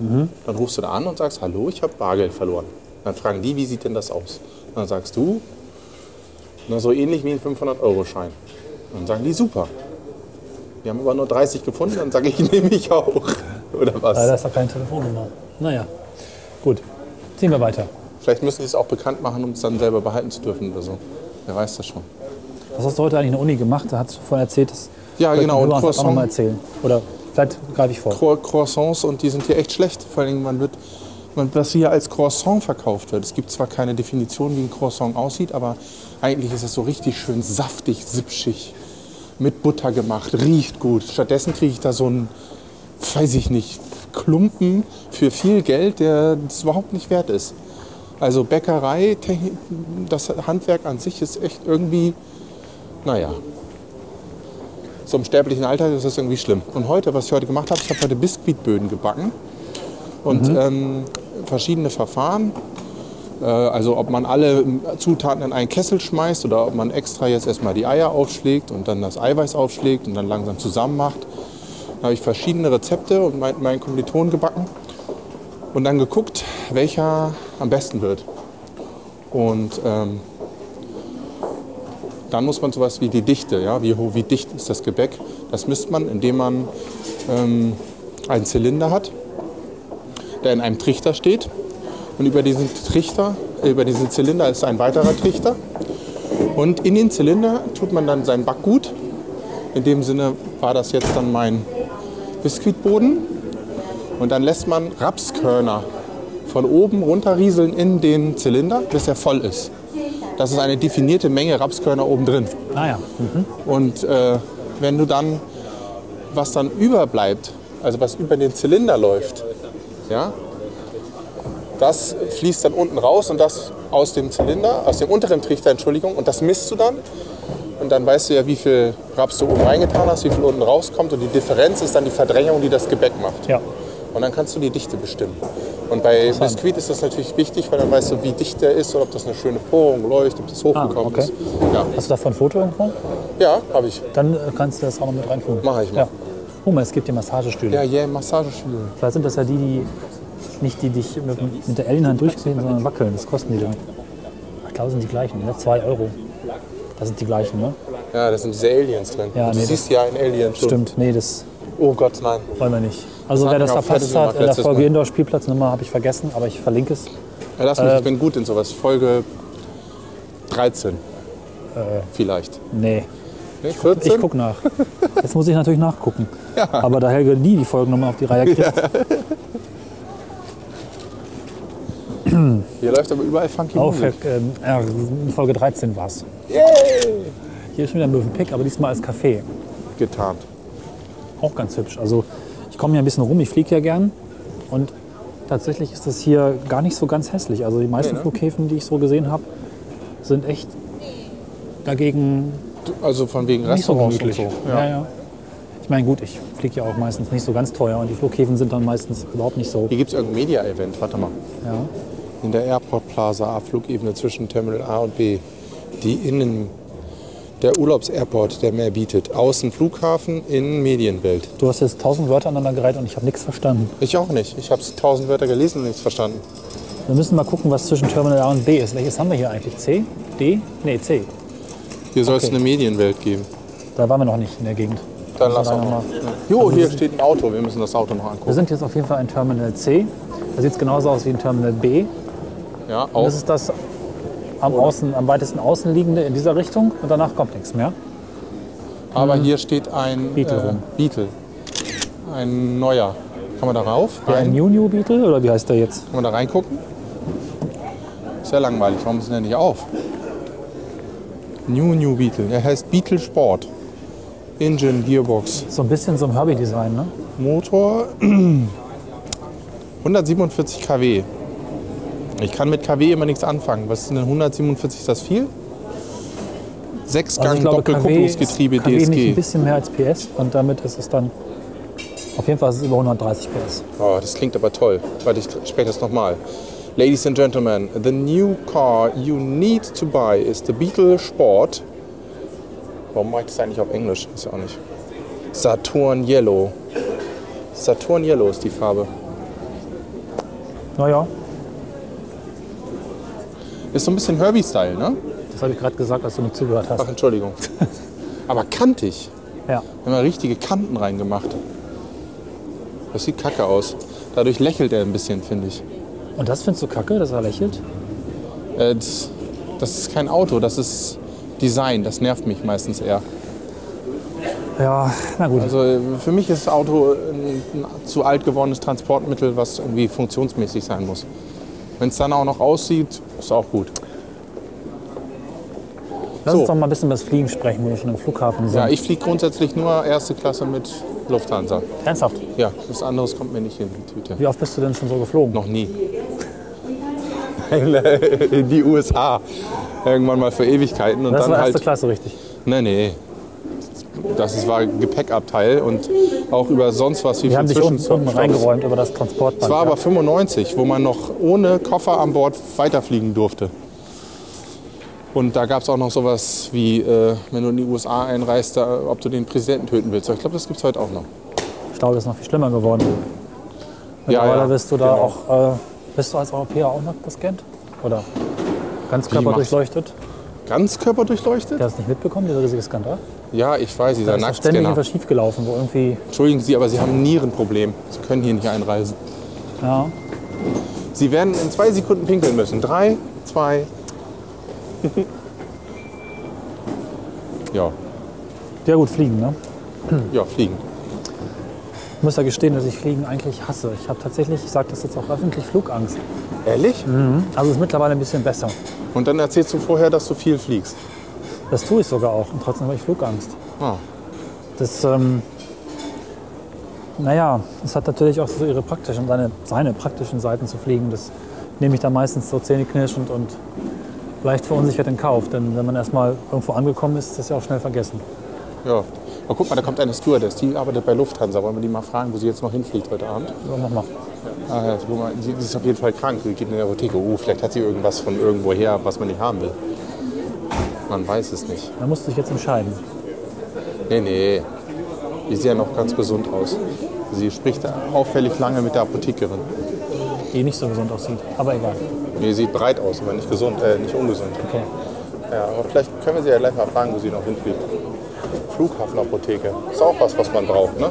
[SPEAKER 2] Dann rufst du da an und sagst, hallo, ich habe Bargeld verloren. Dann fragen die, wie sieht denn das aus? Dann sagst du, na, so ähnlich wie ein 500-Euro-Schein. Dann sagen die, super. Wir haben aber nur 30 gefunden, dann sage ich, nehme ich auch. Oder was?
[SPEAKER 3] Äh, da ist doch keine Telefonnummer. Naja, gut. Ziehen wir weiter.
[SPEAKER 2] Vielleicht müssen die es auch bekannt machen, um es dann selber behalten zu dürfen oder so. Wer weiß das schon.
[SPEAKER 3] Was hast du heute eigentlich in der Uni gemacht? Da hast du vorhin erzählt, dass.
[SPEAKER 2] Ja,
[SPEAKER 3] Vielleicht
[SPEAKER 2] genau,
[SPEAKER 3] können wir
[SPEAKER 2] und
[SPEAKER 3] uns das auch noch mal
[SPEAKER 2] Croissant,
[SPEAKER 3] erzählen. Oder vielleicht greife ich vor.
[SPEAKER 2] Cro- Croissants und die sind hier echt schlecht. Vor allen Dingen, man wird, man, was hier als Croissant verkauft wird. Es gibt zwar keine Definition, wie ein Croissant aussieht, aber eigentlich ist es so richtig schön saftig, sipschig, mit Butter gemacht, riecht gut. Stattdessen kriege ich da so einen, weiß ich nicht, Klumpen für viel Geld, der es überhaupt nicht wert ist. Also Bäckerei, Techni- das Handwerk an sich ist echt irgendwie, naja. So im sterblichen Alter ist das irgendwie schlimm. Und heute, was ich heute gemacht habe, ich habe heute Biskuitböden gebacken und ähm, verschiedene Verfahren. Äh, also ob man alle Zutaten in einen Kessel schmeißt oder ob man extra jetzt erstmal die Eier aufschlägt und dann das Eiweiß aufschlägt und dann langsam zusammen macht. Da habe ich verschiedene Rezepte und mein, meinen Kommilitonen gebacken und dann geguckt, welcher am besten wird. Und ähm, dann muss man sowas wie die Dichte, ja, wie, ho- wie dicht ist das Gebäck, das misst man, indem man ähm, einen Zylinder hat, der in einem Trichter steht. Und über diesen Trichter, äh, über diesen Zylinder ist ein weiterer Trichter. Und in den Zylinder tut man dann sein Backgut. In dem Sinne war das jetzt dann mein Biskuitboden. Und dann lässt man Rapskörner von oben runterrieseln in den Zylinder, bis er voll ist. Das ist eine definierte Menge Rapskörner oben drin.
[SPEAKER 3] Ah ja. Mhm.
[SPEAKER 2] Und äh, wenn du dann, was dann überbleibt, also was über den Zylinder läuft, ja, das fließt dann unten raus und das aus dem Zylinder, aus dem unteren Trichter, Entschuldigung, und das misst du dann. Und dann weißt du ja, wie viel Raps du oben reingetan hast, wie viel unten rauskommt. Und die Differenz ist dann die Verdrängung, die das Gebäck macht.
[SPEAKER 3] Ja.
[SPEAKER 2] Und dann kannst du die Dichte bestimmen. Und bei Biskuit ist das natürlich wichtig, weil dann weißt du, wie dicht der ist und ob das eine schöne Porung läuft, ob das hochgekommen
[SPEAKER 3] Ah, okay.
[SPEAKER 2] ist. Ja,
[SPEAKER 3] Hast du davon ein Foto irgendwo?
[SPEAKER 2] ja habe ich.
[SPEAKER 3] Dann äh, kannst du das auch noch mit reinfügen.
[SPEAKER 2] Mach ich mal.
[SPEAKER 3] Ja. Guck mal, es gibt die Massagestühle.
[SPEAKER 2] Ja, yeah, Massagestühle.
[SPEAKER 3] Vielleicht sind das ja die, die nicht die dich mit, mit der Ellenhand durchziehen, sondern wackeln. Das kosten die dann. Ich glaube, sind die gleichen. Ja, 2 Euro. Das sind die gleichen, ne?
[SPEAKER 2] Ja, da sind diese Aliens drin.
[SPEAKER 3] Ja,
[SPEAKER 2] du
[SPEAKER 3] nee,
[SPEAKER 2] siehst ja ein Alien. schon.
[SPEAKER 3] Stimmt. Nee, das
[SPEAKER 2] Oh Gott, nein.
[SPEAKER 3] wollen wir nicht. Also
[SPEAKER 2] Das
[SPEAKER 3] wer
[SPEAKER 2] hatten
[SPEAKER 3] das
[SPEAKER 2] wir auf
[SPEAKER 3] verpasst
[SPEAKER 2] Fernsehen
[SPEAKER 3] hat,
[SPEAKER 2] gemacht
[SPEAKER 3] in der
[SPEAKER 2] letztes
[SPEAKER 3] Folge
[SPEAKER 2] Mal.
[SPEAKER 3] Indoor Spielplatznummer habe ich vergessen, aber ich verlinke es.
[SPEAKER 2] Ja, lass
[SPEAKER 3] Äh,
[SPEAKER 2] mich, ich bin gut in sowas. Folge 13. Vielleicht.
[SPEAKER 3] Nee,
[SPEAKER 2] Nee, 14?
[SPEAKER 3] ich Äh, guck nach. Jetzt muss ich natürlich nachgucken. Aber da Helge nie die Folgennummer auf die Reihe kriegt,
[SPEAKER 2] Hier läuft aber überall funky
[SPEAKER 3] auf
[SPEAKER 2] Musik.
[SPEAKER 3] ähm, äh, Folge 13 war es.
[SPEAKER 2] Yay!
[SPEAKER 3] Hier ist schon wieder ein Möwenpick, aber diesmal als Café.
[SPEAKER 2] Getarnt.
[SPEAKER 3] auch ganz hübsch. Also ich komme ja ein bisschen rum, ich fliege ja gern. Und tatsächlich ist das hier gar nicht so ganz hässlich. Also die meisten
[SPEAKER 2] ne?
[SPEAKER 3] Flughäfen, die ich so gesehen habe, sind echt dagegen
[SPEAKER 2] Du- Also von wegen
[SPEAKER 3] nicht so
[SPEAKER 2] Restaurants und
[SPEAKER 3] gemütlich.
[SPEAKER 2] so.
[SPEAKER 3] Ja. Ja, Ich meine, gut, ich fliege ja auch meistens nicht so ganz teuer und die Flughäfen sind dann meistens überhaupt nicht so.
[SPEAKER 2] Hier gibt es irgendein Media-Event. Warte mal.
[SPEAKER 3] Ja.
[SPEAKER 2] In der Airport Plaza A Flugebene zwischen Terminal A und B. Die Innen. Der Urlaubs-Airport, der mehr bietet. Außen Flughafen, innen Medienwelt.
[SPEAKER 3] Du hast jetzt tausend Wörter aneinander gereiht und ich habe nichts verstanden.
[SPEAKER 2] Ich auch nicht. Ich habe tausend Wörter gelesen und nichts verstanden.
[SPEAKER 3] Wir müssen mal gucken, was zwischen Terminal A und B ist. Welches haben wir hier eigentlich? C? D? Nee, C.
[SPEAKER 2] Hier soll es
[SPEAKER 3] Okay.
[SPEAKER 2] eine Medienwelt geben.
[SPEAKER 3] Da waren wir noch nicht in der Gegend. Also
[SPEAKER 2] Dann
[SPEAKER 3] Muss
[SPEAKER 2] lass
[SPEAKER 3] man
[SPEAKER 2] auch
[SPEAKER 3] da
[SPEAKER 2] mal.
[SPEAKER 3] noch
[SPEAKER 2] Jo, hier steht ein Auto. Wir müssen das Auto noch
[SPEAKER 3] Wir
[SPEAKER 2] angucken.
[SPEAKER 3] sind jetzt auf jeden Fall in Terminal C. Da sieht es genauso aus wie in Terminal B.
[SPEAKER 2] Ja,
[SPEAKER 3] Und
[SPEAKER 2] auch.
[SPEAKER 3] das ist das am, außen, am weitesten außen liegende in dieser Richtung und danach kommt nichts mehr.
[SPEAKER 2] Aber hier steht ein
[SPEAKER 3] Beetle
[SPEAKER 2] äh,
[SPEAKER 3] rum.
[SPEAKER 2] Beetle. Ein neuer. Kann man da rauf?
[SPEAKER 3] Der
[SPEAKER 2] Rein?
[SPEAKER 3] New New Beetle oder wie heißt der jetzt?
[SPEAKER 2] Kann man da reingucken? Ist ja langweilig. Warum ist denn der nicht auf? New New Beetle. Er heißt Beetle Sport. Engine, Gearbox,
[SPEAKER 3] So ein bisschen so ein Herbie-Design, ne?
[SPEAKER 2] Motor 147 kW. Ich kann mit kW immer nichts anfangen. Was ist denn 147? Ist das viel?
[SPEAKER 3] Also
[SPEAKER 2] Sechsgang Doppelkupplungsgetriebe
[SPEAKER 3] KW nicht ein
[SPEAKER 2] DSG.
[SPEAKER 3] bisschen mehr als PS und damit ist es dann auf jeden Fall ist es über 130 PS.
[SPEAKER 2] Oh, das klingt aber toll. Warte, ich spreche das nochmal. Ladies and gentlemen, the new car you need to buy is the Beetle Sport. Warum mache ich das eigentlich auf Englisch? Ist ja auch nicht. Saturn Yellow. Saturn Yellow ist die Farbe.
[SPEAKER 3] Naja,
[SPEAKER 2] Ist so ein bisschen Herbie-Style, ne?
[SPEAKER 3] das habe ich gerade gesagt, als du nicht zugehört hast.
[SPEAKER 2] Ach, Entschuldigung. Aber kantig. Wir
[SPEAKER 3] Ja,
[SPEAKER 2] haben da richtige Kanten reingemacht. Das sieht kacke aus. Dadurch lächelt er ein bisschen, finde ich.
[SPEAKER 3] und das findest du kacke, dass er lächelt?
[SPEAKER 2] Äh, das, das ist kein Auto, das ist Design. Das nervt mich meistens eher.
[SPEAKER 3] Ja, na gut.
[SPEAKER 2] Also äh, für mich ist Auto ein, ein zu alt gewordenes Transportmittel, was irgendwie funktionsmäßig sein muss. Wenn es dann auch noch aussieht, ist auch gut.
[SPEAKER 3] Lass
[SPEAKER 2] so.
[SPEAKER 3] uns doch mal ein bisschen über das Fliegen sprechen, wo wir schon im Flughafen sind.
[SPEAKER 2] Ja, ich fliege grundsätzlich nur erste Klasse mit Lufthansa.
[SPEAKER 3] Ernsthaft,
[SPEAKER 2] Ja, was anderes kommt mir nicht in die Tüte.
[SPEAKER 3] wie oft bist du denn schon so geflogen?
[SPEAKER 2] Noch nie. in, in äh, die USA. Irgendwann mal für Ewigkeiten. Und
[SPEAKER 3] Das
[SPEAKER 2] dann
[SPEAKER 3] war erste
[SPEAKER 2] halt.
[SPEAKER 3] Klasse richtig.
[SPEAKER 2] Nee, nee. Das ist, war Gepäckabteil und auch über sonst was wie
[SPEAKER 3] Die haben sich unten,
[SPEAKER 2] Zwischenstopps.
[SPEAKER 3] unten reingeräumt über das Transportband.
[SPEAKER 2] Es war aber 95, wo man noch ohne Koffer an Bord weiterfliegen durfte. Und da gab es auch noch sowas wie, äh, wenn du in die USA einreist, da, ob du den Präsidenten töten willst. Ich glaube, das gibt es heute auch noch.
[SPEAKER 3] Ich glaube, das ist noch viel schlimmer geworden.
[SPEAKER 2] Ja,
[SPEAKER 3] Mittlerweile
[SPEAKER 2] ja,
[SPEAKER 3] bist du da
[SPEAKER 2] genau.
[SPEAKER 3] auch, äh, bist du als Europäer auch noch gescannt? Oder ganz
[SPEAKER 2] macht-
[SPEAKER 3] körperdurchleuchtet?
[SPEAKER 2] Ganz körperdurchleuchtet?
[SPEAKER 3] Der hat es nicht mitbekommen, dieser riesige Skandal.
[SPEAKER 2] Ja, genau. ich weiß,
[SPEAKER 3] Da
[SPEAKER 2] dieser
[SPEAKER 3] ist doch ständig
[SPEAKER 2] Nacktscanner.
[SPEAKER 3] etwas schiefgelaufen, wo irgendwie,
[SPEAKER 2] Entschuldigen Sie, aber Sie haben ein Nierenproblem. Sie können hier nicht einreisen.
[SPEAKER 3] ja,
[SPEAKER 2] Sie werden in zwei Sekunden pinkeln müssen. Drei, zwei. ja,
[SPEAKER 3] ja gut, Fliegen, ne?
[SPEAKER 2] ja, fliegen.
[SPEAKER 3] Ich muss ja gestehen, dass ich Fliegen eigentlich hasse. Ich habe tatsächlich, ich sage das jetzt auch öffentlich, Flugangst.
[SPEAKER 2] Ehrlich?
[SPEAKER 3] Also ist mittlerweile ein bisschen besser.
[SPEAKER 2] Hm. Und dann erzählst du vorher, dass du viel fliegst.
[SPEAKER 3] Das tue ich sogar auch und trotzdem habe ich Flugangst.
[SPEAKER 2] Ah.
[SPEAKER 3] Das, ähm, naja, es hat natürlich auch so ihre praktischen, seine, seine praktischen Seiten zu fliegen. Das nehme ich dann meistens so zähneknirschend und leicht verunsichert in Kauf. Denn wenn man erstmal irgendwo angekommen ist, ist das ja auch schnell vergessen.
[SPEAKER 2] Ja. Aber guck mal, da kommt eine Stewardess, die arbeitet bei Lufthansa. Wollen wir die mal fragen, wo sie jetzt noch hinfliegt heute Abend?
[SPEAKER 3] So, mach mal.
[SPEAKER 2] Ah, ja, guck mal, sie sie ist auf jeden Fall krank. Sie geht in die Apotheke. Oh, vielleicht hat sie irgendwas von irgendwoher, was man nicht haben will. Man weiß es nicht.
[SPEAKER 3] Da musst du dich jetzt entscheiden.
[SPEAKER 2] Nee, nee. Die sieht ja noch ganz gesund aus. Sie spricht auffällig lange mit der Apothekerin.
[SPEAKER 3] Die eh nicht so gesund aussieht. Aber egal.
[SPEAKER 2] Nee, sieht breit aus, aber nicht gesund, äh, nicht ungesund.
[SPEAKER 3] Okay.
[SPEAKER 2] Ja, aber vielleicht können wir sie ja gleich mal fragen, wo sie noch hinfliegt. Flughafenapotheke. Ist auch was, was man braucht, ne?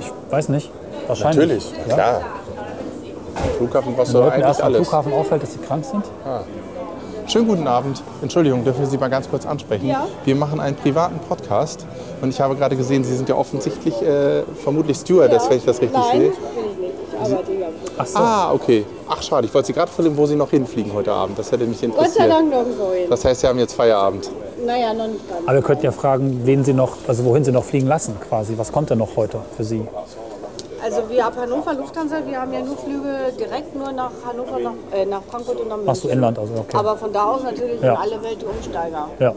[SPEAKER 3] Ich weiß nicht. Wahrscheinlich.
[SPEAKER 2] Natürlich, ja,
[SPEAKER 3] Ja?
[SPEAKER 2] klar. Flughafen brauchst
[SPEAKER 3] Den
[SPEAKER 2] du
[SPEAKER 3] Leuten
[SPEAKER 2] eigentlich
[SPEAKER 3] erst am
[SPEAKER 2] alles.
[SPEAKER 3] Flughafen auffällt, dass sie krank sind.
[SPEAKER 2] Schönen guten Abend. Entschuldigung, dürfen wir Sie mal ganz kurz ansprechen?
[SPEAKER 5] Ja.
[SPEAKER 2] Wir machen einen privaten Podcast und ich habe gerade gesehen, Sie sind ja offensichtlich äh, vermutlich Stewardess, wenn ich das richtig
[SPEAKER 5] Nein,
[SPEAKER 2] sehe.
[SPEAKER 5] bin ich nicht. Ich arbeite hier am Flughafen.
[SPEAKER 3] Ach so.
[SPEAKER 2] Ah, okay. Ach, schade. Ich wollte Sie gerade fragen, wo Sie noch hinfliegen heute Abend. Das hätte mich interessiert.
[SPEAKER 5] Gott sei Dank nirgendwo hin.
[SPEAKER 2] Das heißt, Sie haben jetzt Feierabend.
[SPEAKER 5] Naja, noch nicht ganz.
[SPEAKER 3] Aber wir könnten ja fragen, wen sie noch, also wohin sie noch fliegen lassen quasi. Was kommt denn noch heute für sie?
[SPEAKER 5] Also wir ab Hannover Lufthansa, wir haben ja nur Flüge direkt nur nach Hannover, nach, äh, nach Frankfurt und nach München.
[SPEAKER 3] Ach so, Inland also, okay.
[SPEAKER 5] Aber von da aus natürlich
[SPEAKER 3] Ja.
[SPEAKER 5] in alle Welt die Umsteiger.
[SPEAKER 3] ja.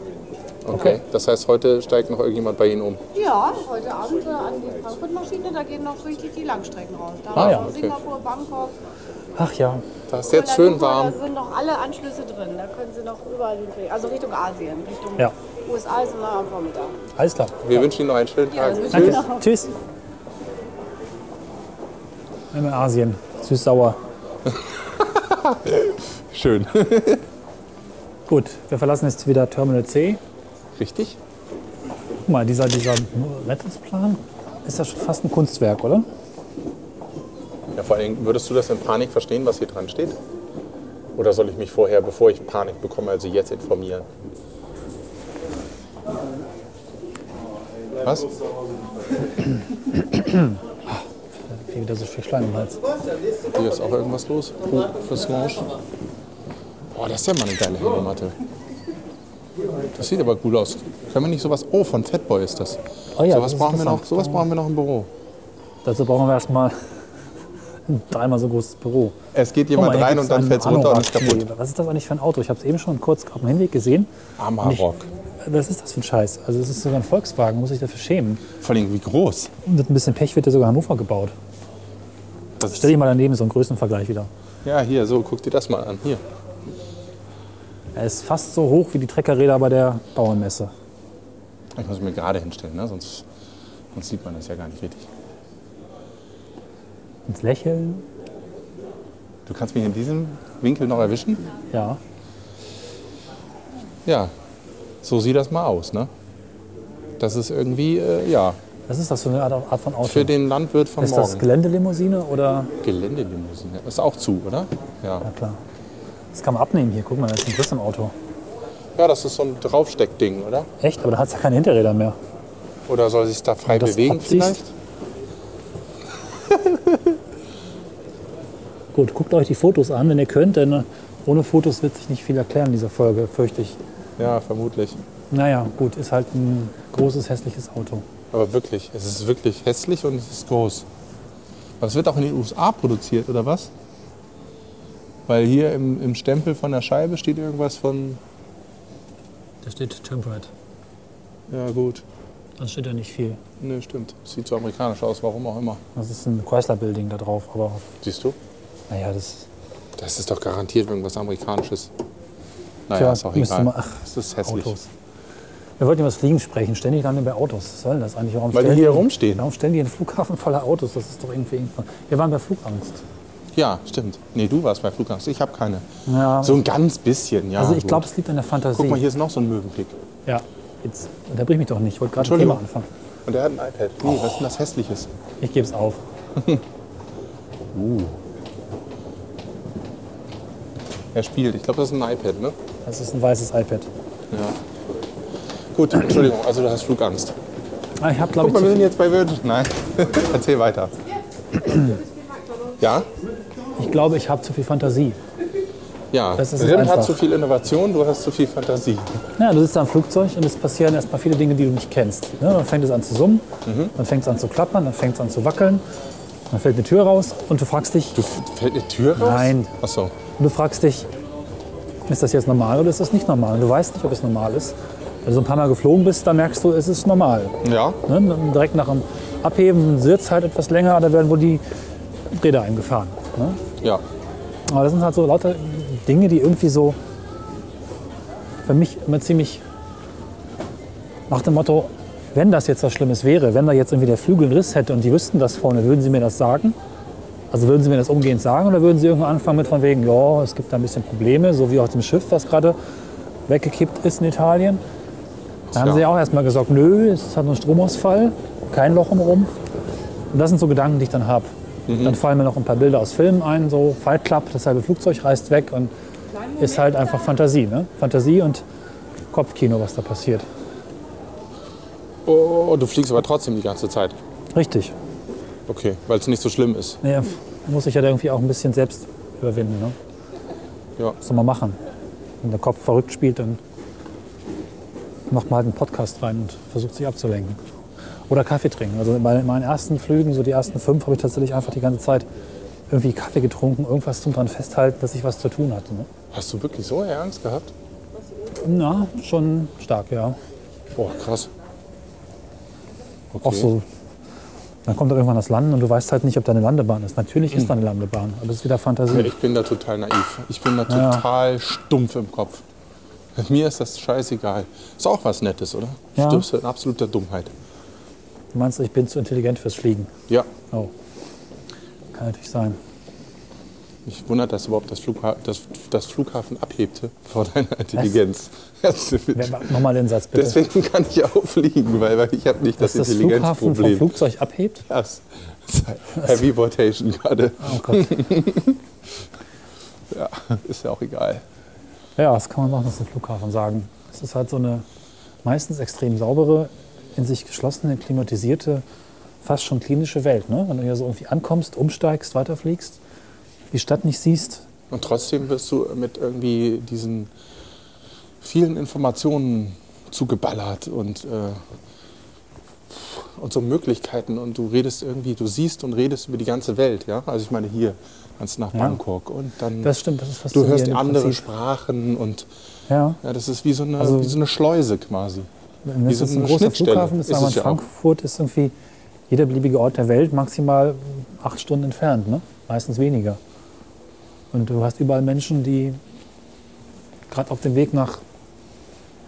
[SPEAKER 2] Okay. Das heißt, heute steigt noch irgendjemand bei Ihnen um.
[SPEAKER 5] Ja, heute Abend äh, an die Frankfurt-Maschine, da gehen noch richtig die Langstrecken raus. Da
[SPEAKER 3] Ah, ja,
[SPEAKER 5] raus
[SPEAKER 2] okay.
[SPEAKER 5] Singapur, Bangkok.
[SPEAKER 3] Ach ja,
[SPEAKER 2] Das ist jetzt schön
[SPEAKER 5] Kuala
[SPEAKER 2] warm.
[SPEAKER 5] Lumpur, Da sind noch alle Anschlüsse drin. Da können Sie noch überall hinfliegen. Also Richtung Asien, Richtung
[SPEAKER 3] Ja.
[SPEAKER 5] USA ist immer am Vormittag.
[SPEAKER 3] alles klar.
[SPEAKER 2] Wir wünschen Ihnen noch einen schönen
[SPEAKER 5] Ja,
[SPEAKER 2] Tag.
[SPEAKER 5] das wünsche ich
[SPEAKER 3] Danke.
[SPEAKER 5] Ihnen auch.
[SPEAKER 3] Tschüss. Einmal Asien. Süß-sauer.
[SPEAKER 2] Schön.
[SPEAKER 3] Gut, wir verlassen jetzt wieder Terminal C.
[SPEAKER 2] Richtig?
[SPEAKER 3] Guck mal, dieser, dieser Rettungsplan ist ja schon fast ein Kunstwerk, oder?
[SPEAKER 2] Ja, vor allen Dingen, würdest du das in Panik verstehen, was hier dran steht? Oder soll ich mich vorher, bevor ich Panik bekomme, also jetzt informieren? Was?
[SPEAKER 3] Hier wieder so viel Schleim im Hals.
[SPEAKER 2] Hier ist auch irgendwas los? Professorange? Boah, das ist ja mal eine geile Hängematte. Das sieht aber gut aus. Können wir nicht sowas... Oh, von Fatboy ist das.
[SPEAKER 3] Oh ja,
[SPEAKER 2] sowas,
[SPEAKER 3] das ist
[SPEAKER 2] brauchen wir noch,
[SPEAKER 3] interessant.
[SPEAKER 2] sowas brauchen wir noch im Büro.
[SPEAKER 3] Dazu brauchen wir erstmal ein dreimal so großes Büro.
[SPEAKER 2] Es geht
[SPEAKER 3] Guck mal,
[SPEAKER 2] jemand
[SPEAKER 3] hier
[SPEAKER 2] rein
[SPEAKER 3] gibt's
[SPEAKER 2] und dann
[SPEAKER 3] einen
[SPEAKER 2] fällt es runter und ist
[SPEAKER 3] Anorak.
[SPEAKER 2] kaputt.
[SPEAKER 3] Nee, Was ist das eigentlich für ein Auto? Ich habe es eben schon kurz auf dem Hinweg gesehen.
[SPEAKER 2] Amarok.
[SPEAKER 3] Und ich- Was ist das für ein Scheiß? Also es ist sogar ein Volkswagen, muss ich dafür schämen.
[SPEAKER 2] Vor allen Dingen, wie groß.
[SPEAKER 3] Mit ein bisschen Pech wird ja sogar Hannover gebaut.
[SPEAKER 2] Das ist
[SPEAKER 3] Stell dir mal daneben so einen Größenvergleich wieder.
[SPEAKER 2] Ja, hier, so, guck dir das mal an. Hier.
[SPEAKER 3] Er ist fast so hoch wie die Treckerräder bei der Bauernmesse.
[SPEAKER 2] Ich muss mir gerade hinstellen, ne? sonst, sonst sieht man das ja gar nicht richtig.
[SPEAKER 3] Ins Lächeln,
[SPEAKER 2] Du kannst mich in diesem Winkel noch erwischen?
[SPEAKER 3] ja.
[SPEAKER 2] Ja, so sieht das mal aus, ne? Das ist irgendwie, äh, ja,
[SPEAKER 3] Was ist das für eine Art, Art von Auto?
[SPEAKER 2] für den Landwirt von
[SPEAKER 3] ist das
[SPEAKER 2] morgen.
[SPEAKER 3] Geländelimousine oder?
[SPEAKER 2] Geländelimousine. Ist auch zu, oder? ne? Ja.
[SPEAKER 3] Na klar. Das kann man abnehmen hier. Guck mal, da ist ein Riss im Auto.
[SPEAKER 2] Ja, das ist so ein Draufsteckding, oder?
[SPEAKER 3] Echt? Aber da hat es ja keine Hinterräder mehr.
[SPEAKER 2] Oder soll sich da frei
[SPEAKER 3] Wenn du das
[SPEAKER 2] bewegen
[SPEAKER 3] abziehst?
[SPEAKER 2] vielleicht?
[SPEAKER 3] Gut, guckt euch die Fotos an, wenn ihr könnt, denn äh, ohne Fotos wird sich nicht viel erklären in dieser Folge, fürchte ich.
[SPEAKER 2] Ja, vermutlich.
[SPEAKER 3] Naja, gut, ist halt ein großes, hässliches Auto.
[SPEAKER 2] Aber wirklich, es ist wirklich hässlich und es ist groß. Aber es wird auch in den USA produziert, oder was? Weil hier im, im Stempel von der Scheibe steht irgendwas von,
[SPEAKER 3] Da steht Temperate.
[SPEAKER 2] ja gut,
[SPEAKER 3] Dann steht da nicht viel.
[SPEAKER 2] ne, stimmt. Sieht so amerikanisch aus, warum auch immer.
[SPEAKER 3] Das ist ein Chrysler Building da drauf, aber
[SPEAKER 2] Siehst du?
[SPEAKER 3] naja, das
[SPEAKER 2] Das ist doch garantiert irgendwas amerikanisches. Naja,
[SPEAKER 3] Tja,
[SPEAKER 2] ist auch
[SPEAKER 3] müsste
[SPEAKER 2] egal.
[SPEAKER 3] man- ach,
[SPEAKER 2] es ist hässlich.
[SPEAKER 3] Autos. Wir wollten über das Fliegen sprechen. Ständig landen wir bei Autos. Was soll denn das eigentlich? Warum
[SPEAKER 2] Weil die
[SPEAKER 3] stellen
[SPEAKER 2] hier rumstehen.
[SPEAKER 3] Warum stellen die einen Flughafen voller Autos? Das ist doch irgendwie. Wir waren bei Flugangst.
[SPEAKER 2] Ja, stimmt. Nee, du warst bei Flugangst. Ich habe keine.
[SPEAKER 3] Ja.
[SPEAKER 2] So ein ganz bisschen, ja.
[SPEAKER 3] also ich
[SPEAKER 2] gut.
[SPEAKER 3] glaube, es liegt an der Fantasie.
[SPEAKER 2] Guck mal, hier ist noch so ein Möwenpick.
[SPEAKER 3] Ja, jetzt unterbrich mich doch nicht. Ich wollte gerade ein
[SPEAKER 2] Entschuldigung.
[SPEAKER 3] Thema anfangen.
[SPEAKER 2] Und der hat ein iPad. Nee, was ist denn das Hässliches?
[SPEAKER 3] Ich gebe es auf.
[SPEAKER 2] Er spielt. Ich glaube, das ist ein iPad, ne?
[SPEAKER 3] Das ist ein weißes iPad.
[SPEAKER 2] Ja. Gut, Entschuldigung, also du hast Flugangst.
[SPEAKER 3] Ah, Ich habe,
[SPEAKER 2] Guck
[SPEAKER 3] glaube ich,
[SPEAKER 2] mal,
[SPEAKER 3] zu
[SPEAKER 2] wir
[SPEAKER 3] viel-
[SPEAKER 2] sind jetzt bei Virgin. Nein, erzähl weiter. Ja?
[SPEAKER 3] ich, glaube, ich habe zu viel Fantasie.
[SPEAKER 2] Ja.
[SPEAKER 3] Das ist
[SPEAKER 2] Rin
[SPEAKER 3] einfach.
[SPEAKER 2] hat zu viel Innovation, du hast zu viel Fantasie.
[SPEAKER 3] Ja, du sitzt da im Flugzeug und es passieren erstmal viele Dinge, die du nicht kennst. Ne? Dann fängt es an zu summen, dann fängt es an zu klappern, dann fängt es an zu wackeln, dann fällt eine Tür raus und du fragst dich,
[SPEAKER 2] Du f- fällt eine Tür raus?
[SPEAKER 3] Nein.
[SPEAKER 2] Ach so.
[SPEAKER 3] und du fragst dich, ist das jetzt normal oder ist das nicht normal? Und du weißt nicht, ob es normal ist. Wenn du so ein paar Mal geflogen bist, dann merkst du, es ist normal.
[SPEAKER 2] Ja.
[SPEAKER 3] Ne? Dann Direkt nach dem Abheben sitzt halt etwas länger, da werden wohl die Räder eingefahren. Ne?
[SPEAKER 2] Ja.
[SPEAKER 3] Aber das sind halt so lauter Dinge, die irgendwie so für mich immer ziemlich nach dem Motto, wenn das jetzt was Schlimmes wäre, wenn da jetzt irgendwie der Flügel einen Riss hätte und die wüssten das vorne, würden sie mir das sagen? Also würden sie mir das umgehend sagen oder würden sie irgendwann anfangen mit von wegen, ja, es gibt da ein bisschen Probleme, so wie auf dem Schiff, was gerade weggekippt ist in Italien. Da haben
[SPEAKER 2] Tja.
[SPEAKER 3] sie ja auch erstmal gesagt, nö, es hat nur einen Stromausfall, kein Loch im Rumpf. Und das sind so Gedanken, die ich dann habe. Dann fallen mir noch ein paar Bilder aus Filmen ein, so Fight Club, das halbe Flugzeug reißt weg und ist halt einfach Fantasie, ne? Fantasie und Kopfkino, was da passiert.
[SPEAKER 2] Oh, oh, oh, du fliegst aber trotzdem die ganze Zeit.
[SPEAKER 3] Richtig.
[SPEAKER 2] Okay, weil es nicht so schlimm ist.
[SPEAKER 3] Naja, muss ich ja irgendwie auch ein bisschen selbst überwinden, ne?
[SPEAKER 2] Ja.
[SPEAKER 3] Was soll man machen? Wenn der Kopf verrückt spielt, dann macht man halt einen Podcast rein und versucht sich abzulenken. Oder Kaffee trinken. Also bei meinen ersten Flügen, so die ersten fünf, habe ich tatsächlich einfach die ganze Zeit irgendwie Kaffee getrunken, irgendwas zum dran festhalten, dass ich was zu tun hatte. Ne?
[SPEAKER 2] Hast du wirklich so Angst gehabt?
[SPEAKER 3] Na, schon stark, ja.
[SPEAKER 2] Boah, krass. Okay.
[SPEAKER 3] Auch so. Dann kommt dann irgendwann das Landen und du weißt halt nicht, ob da eine Landebahn ist. Natürlich
[SPEAKER 2] Hm.
[SPEAKER 3] ist da eine Landebahn, aber das ist wieder Fantasie.
[SPEAKER 2] Ich bin da total naiv. Ich bin da
[SPEAKER 3] Ja.
[SPEAKER 2] total stumpf im Kopf. Mir ist das scheißegal. Ist auch was Nettes, oder?
[SPEAKER 3] Ja.
[SPEAKER 2] Stirbst du in absoluter Dummheit.
[SPEAKER 3] Du meinst, ich bin zu intelligent fürs Fliegen?
[SPEAKER 2] Ja,
[SPEAKER 3] Oh. Kann natürlich sein.
[SPEAKER 2] mich wundert das überhaupt, dass, Flugha dass das Flughafen abhebte vor deiner Intelligenz.
[SPEAKER 3] Wer- Nochmal den Satz bitte.
[SPEAKER 2] Deswegen kann ich auch fliegen, weil, weil ich habe nicht
[SPEAKER 3] Dass
[SPEAKER 2] das,
[SPEAKER 3] das Flughafen vom
[SPEAKER 2] Intelligenzproblem.
[SPEAKER 3] Flugzeug abhebt?
[SPEAKER 2] das Heavy Vortation gerade.
[SPEAKER 3] Oh Gott.
[SPEAKER 2] Ja, ist ja auch egal.
[SPEAKER 3] Ja, das kann man machen, das ist ein Flughafen sagen. Es ist halt so eine meistens extrem saubere, in sich geschlossene, klimatisierte, fast schon klinische Welt. Ne? Wenn du hier so irgendwie ankommst, umsteigst, weiterfliegst, die Stadt nicht siehst.
[SPEAKER 2] Und trotzdem wirst du mit irgendwie diesen vielen Informationen zugeballert und, äh, und so Möglichkeiten. Und du redest irgendwie, du siehst und redest über die ganze Welt. Ja? Also ich meine hier, ganz nach Bangkok und dann
[SPEAKER 3] Das stimmt, das ist fast
[SPEAKER 2] du hörst andere
[SPEAKER 3] andere
[SPEAKER 2] Sprachen und
[SPEAKER 3] Ja,
[SPEAKER 2] ja, das ist wie so eine,
[SPEAKER 3] Also-
[SPEAKER 2] wie so eine Schleuse quasi.
[SPEAKER 3] wenn
[SPEAKER 2] Wie
[SPEAKER 3] es
[SPEAKER 2] so
[SPEAKER 3] jetzt ein
[SPEAKER 2] eine
[SPEAKER 3] großer
[SPEAKER 2] Schnittstelle
[SPEAKER 3] Flughafen ist,
[SPEAKER 2] ist
[SPEAKER 3] aber
[SPEAKER 2] es
[SPEAKER 3] in
[SPEAKER 2] ja auch.
[SPEAKER 3] Frankfurt ist irgendwie jeder beliebige Ort der Welt maximal acht Stunden entfernt, ne? meistens weniger. Und du hast überall Menschen, die gerade auf dem Weg nach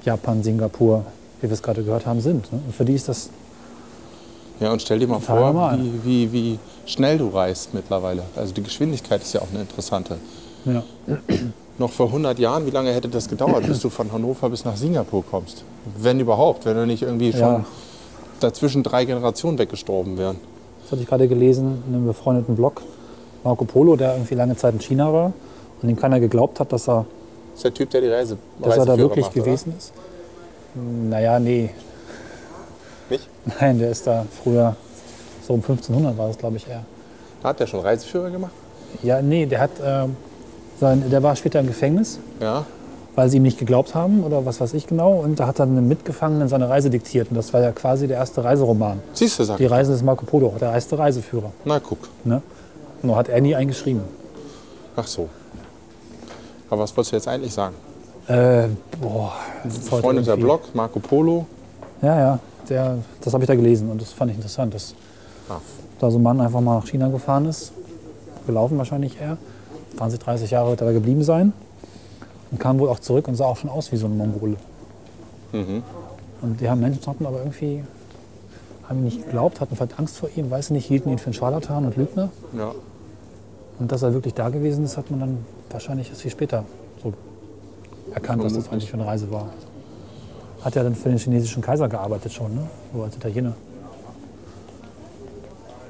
[SPEAKER 3] Japan, Singapur, wie wir es gerade gehört haben, sind. Ne? Und für die ist das
[SPEAKER 2] Ja, und stell dir mal
[SPEAKER 3] Total
[SPEAKER 2] vor,
[SPEAKER 3] normal.
[SPEAKER 2] wie, wie, wie schnell du reist mittlerweile. Also die Geschwindigkeit ist ja auch eine interessante.
[SPEAKER 3] ja,
[SPEAKER 2] Noch vor 100 Jahren, wie lange hätte das gedauert, bis du von Hannover bis nach Singapur kommst? Wenn überhaupt, wenn du nicht irgendwie schon
[SPEAKER 3] Ja.
[SPEAKER 2] dazwischen drei Generationen weggestorben wären.
[SPEAKER 3] Das hatte ich gerade gelesen in einem befreundeten Blog. Marco Polo, der irgendwie lange Zeit in China war und dem keiner geglaubt hat, dass er,
[SPEAKER 2] Das ist der Typ, der die Reise
[SPEAKER 3] dass er da
[SPEAKER 2] Reiseführer
[SPEAKER 3] wirklich
[SPEAKER 2] macht,
[SPEAKER 3] gewesen ist. Naja, nee.
[SPEAKER 2] Oder? Nicht?
[SPEAKER 3] Nein, der ist da früher, so um 1500 war das, glaube ich, eher.
[SPEAKER 2] Hat der schon Reiseführer gemacht?
[SPEAKER 3] Ja, nee, der hat, ähm, sein, der war später im Gefängnis,
[SPEAKER 2] Ja.
[SPEAKER 3] weil sie ihm nicht geglaubt haben oder was weiß ich genau. Und da hat dann ein Mitgefangenen seine Reise diktiert. Und das war ja quasi der erste Reiseroman.
[SPEAKER 2] Siehst du, sag
[SPEAKER 3] Die
[SPEAKER 2] ich.
[SPEAKER 3] Reise des Marco Polo, der erste Reiseführer.
[SPEAKER 2] Na guck.
[SPEAKER 3] Ne? Nur hat er nie eingeschrieben.
[SPEAKER 2] Ach so. Aber was wolltest du jetzt eigentlich sagen?
[SPEAKER 3] Äh, boah, das ist heute
[SPEAKER 2] Freunde der
[SPEAKER 3] irgendwie-
[SPEAKER 2] Blog, Marco Polo.
[SPEAKER 3] Ja, ja, der, das habe ich da gelesen und das fand ich interessant, dass
[SPEAKER 2] Ah.
[SPEAKER 3] da so ein Mann einfach mal nach China gefahren ist, gelaufen wahrscheinlich eher, 20, 30 Jahre wird er da geblieben sein und kam wohl auch zurück und sah auch schon aus wie so ein Mongole. Und die haben Menschen hatten aber irgendwie, haben ihn nicht geglaubt, hatten vielleicht Angst vor ihm, weiß ich nicht, hielten ihn für einen Scharlatan und Lügner.
[SPEAKER 2] Ja.
[SPEAKER 3] Und dass er wirklich da gewesen ist, hat man dann wahrscheinlich erst viel später so erkannt, was das
[SPEAKER 2] Vermutlich.
[SPEAKER 3] eigentlich für eine Reise war. Hat ja dann für den chinesischen Kaiser gearbeitet schon, ne? So als Italiener.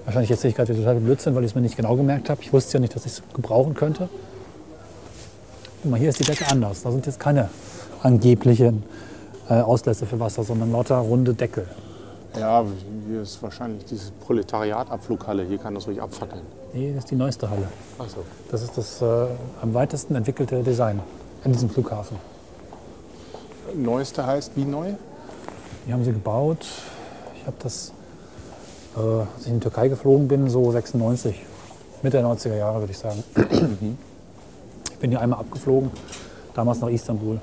[SPEAKER 3] Wahrscheinlich erzähle ich gerade wieder total Blödsinn, weil ich es mir nicht genau gemerkt habe. Ich wusste ja nicht, dass ich es gebrauchen könnte. Guck mal, hier ist die Decke anders. Da sind jetzt keine angeblichen äh, Auslässe für Wasser, sondern lauter runde Deckel.
[SPEAKER 2] ja, hier ist wahrscheinlich diese Proletariat-Abflughalle. Hier kann das ruhig abfackeln.
[SPEAKER 3] Nee, das ist die neueste Halle.
[SPEAKER 2] Ach so.
[SPEAKER 3] Das ist das äh, am weitesten entwickelte Design an diesem Flughafen.
[SPEAKER 2] Neueste heißt wie neu?
[SPEAKER 3] Die haben sie gebaut. Ich habe das, äh, als ich in die Türkei geflogen bin, so 96, Mitte der 90er Jahre würde ich sagen. ich bin hier einmal abgeflogen, damals nach Istanbul.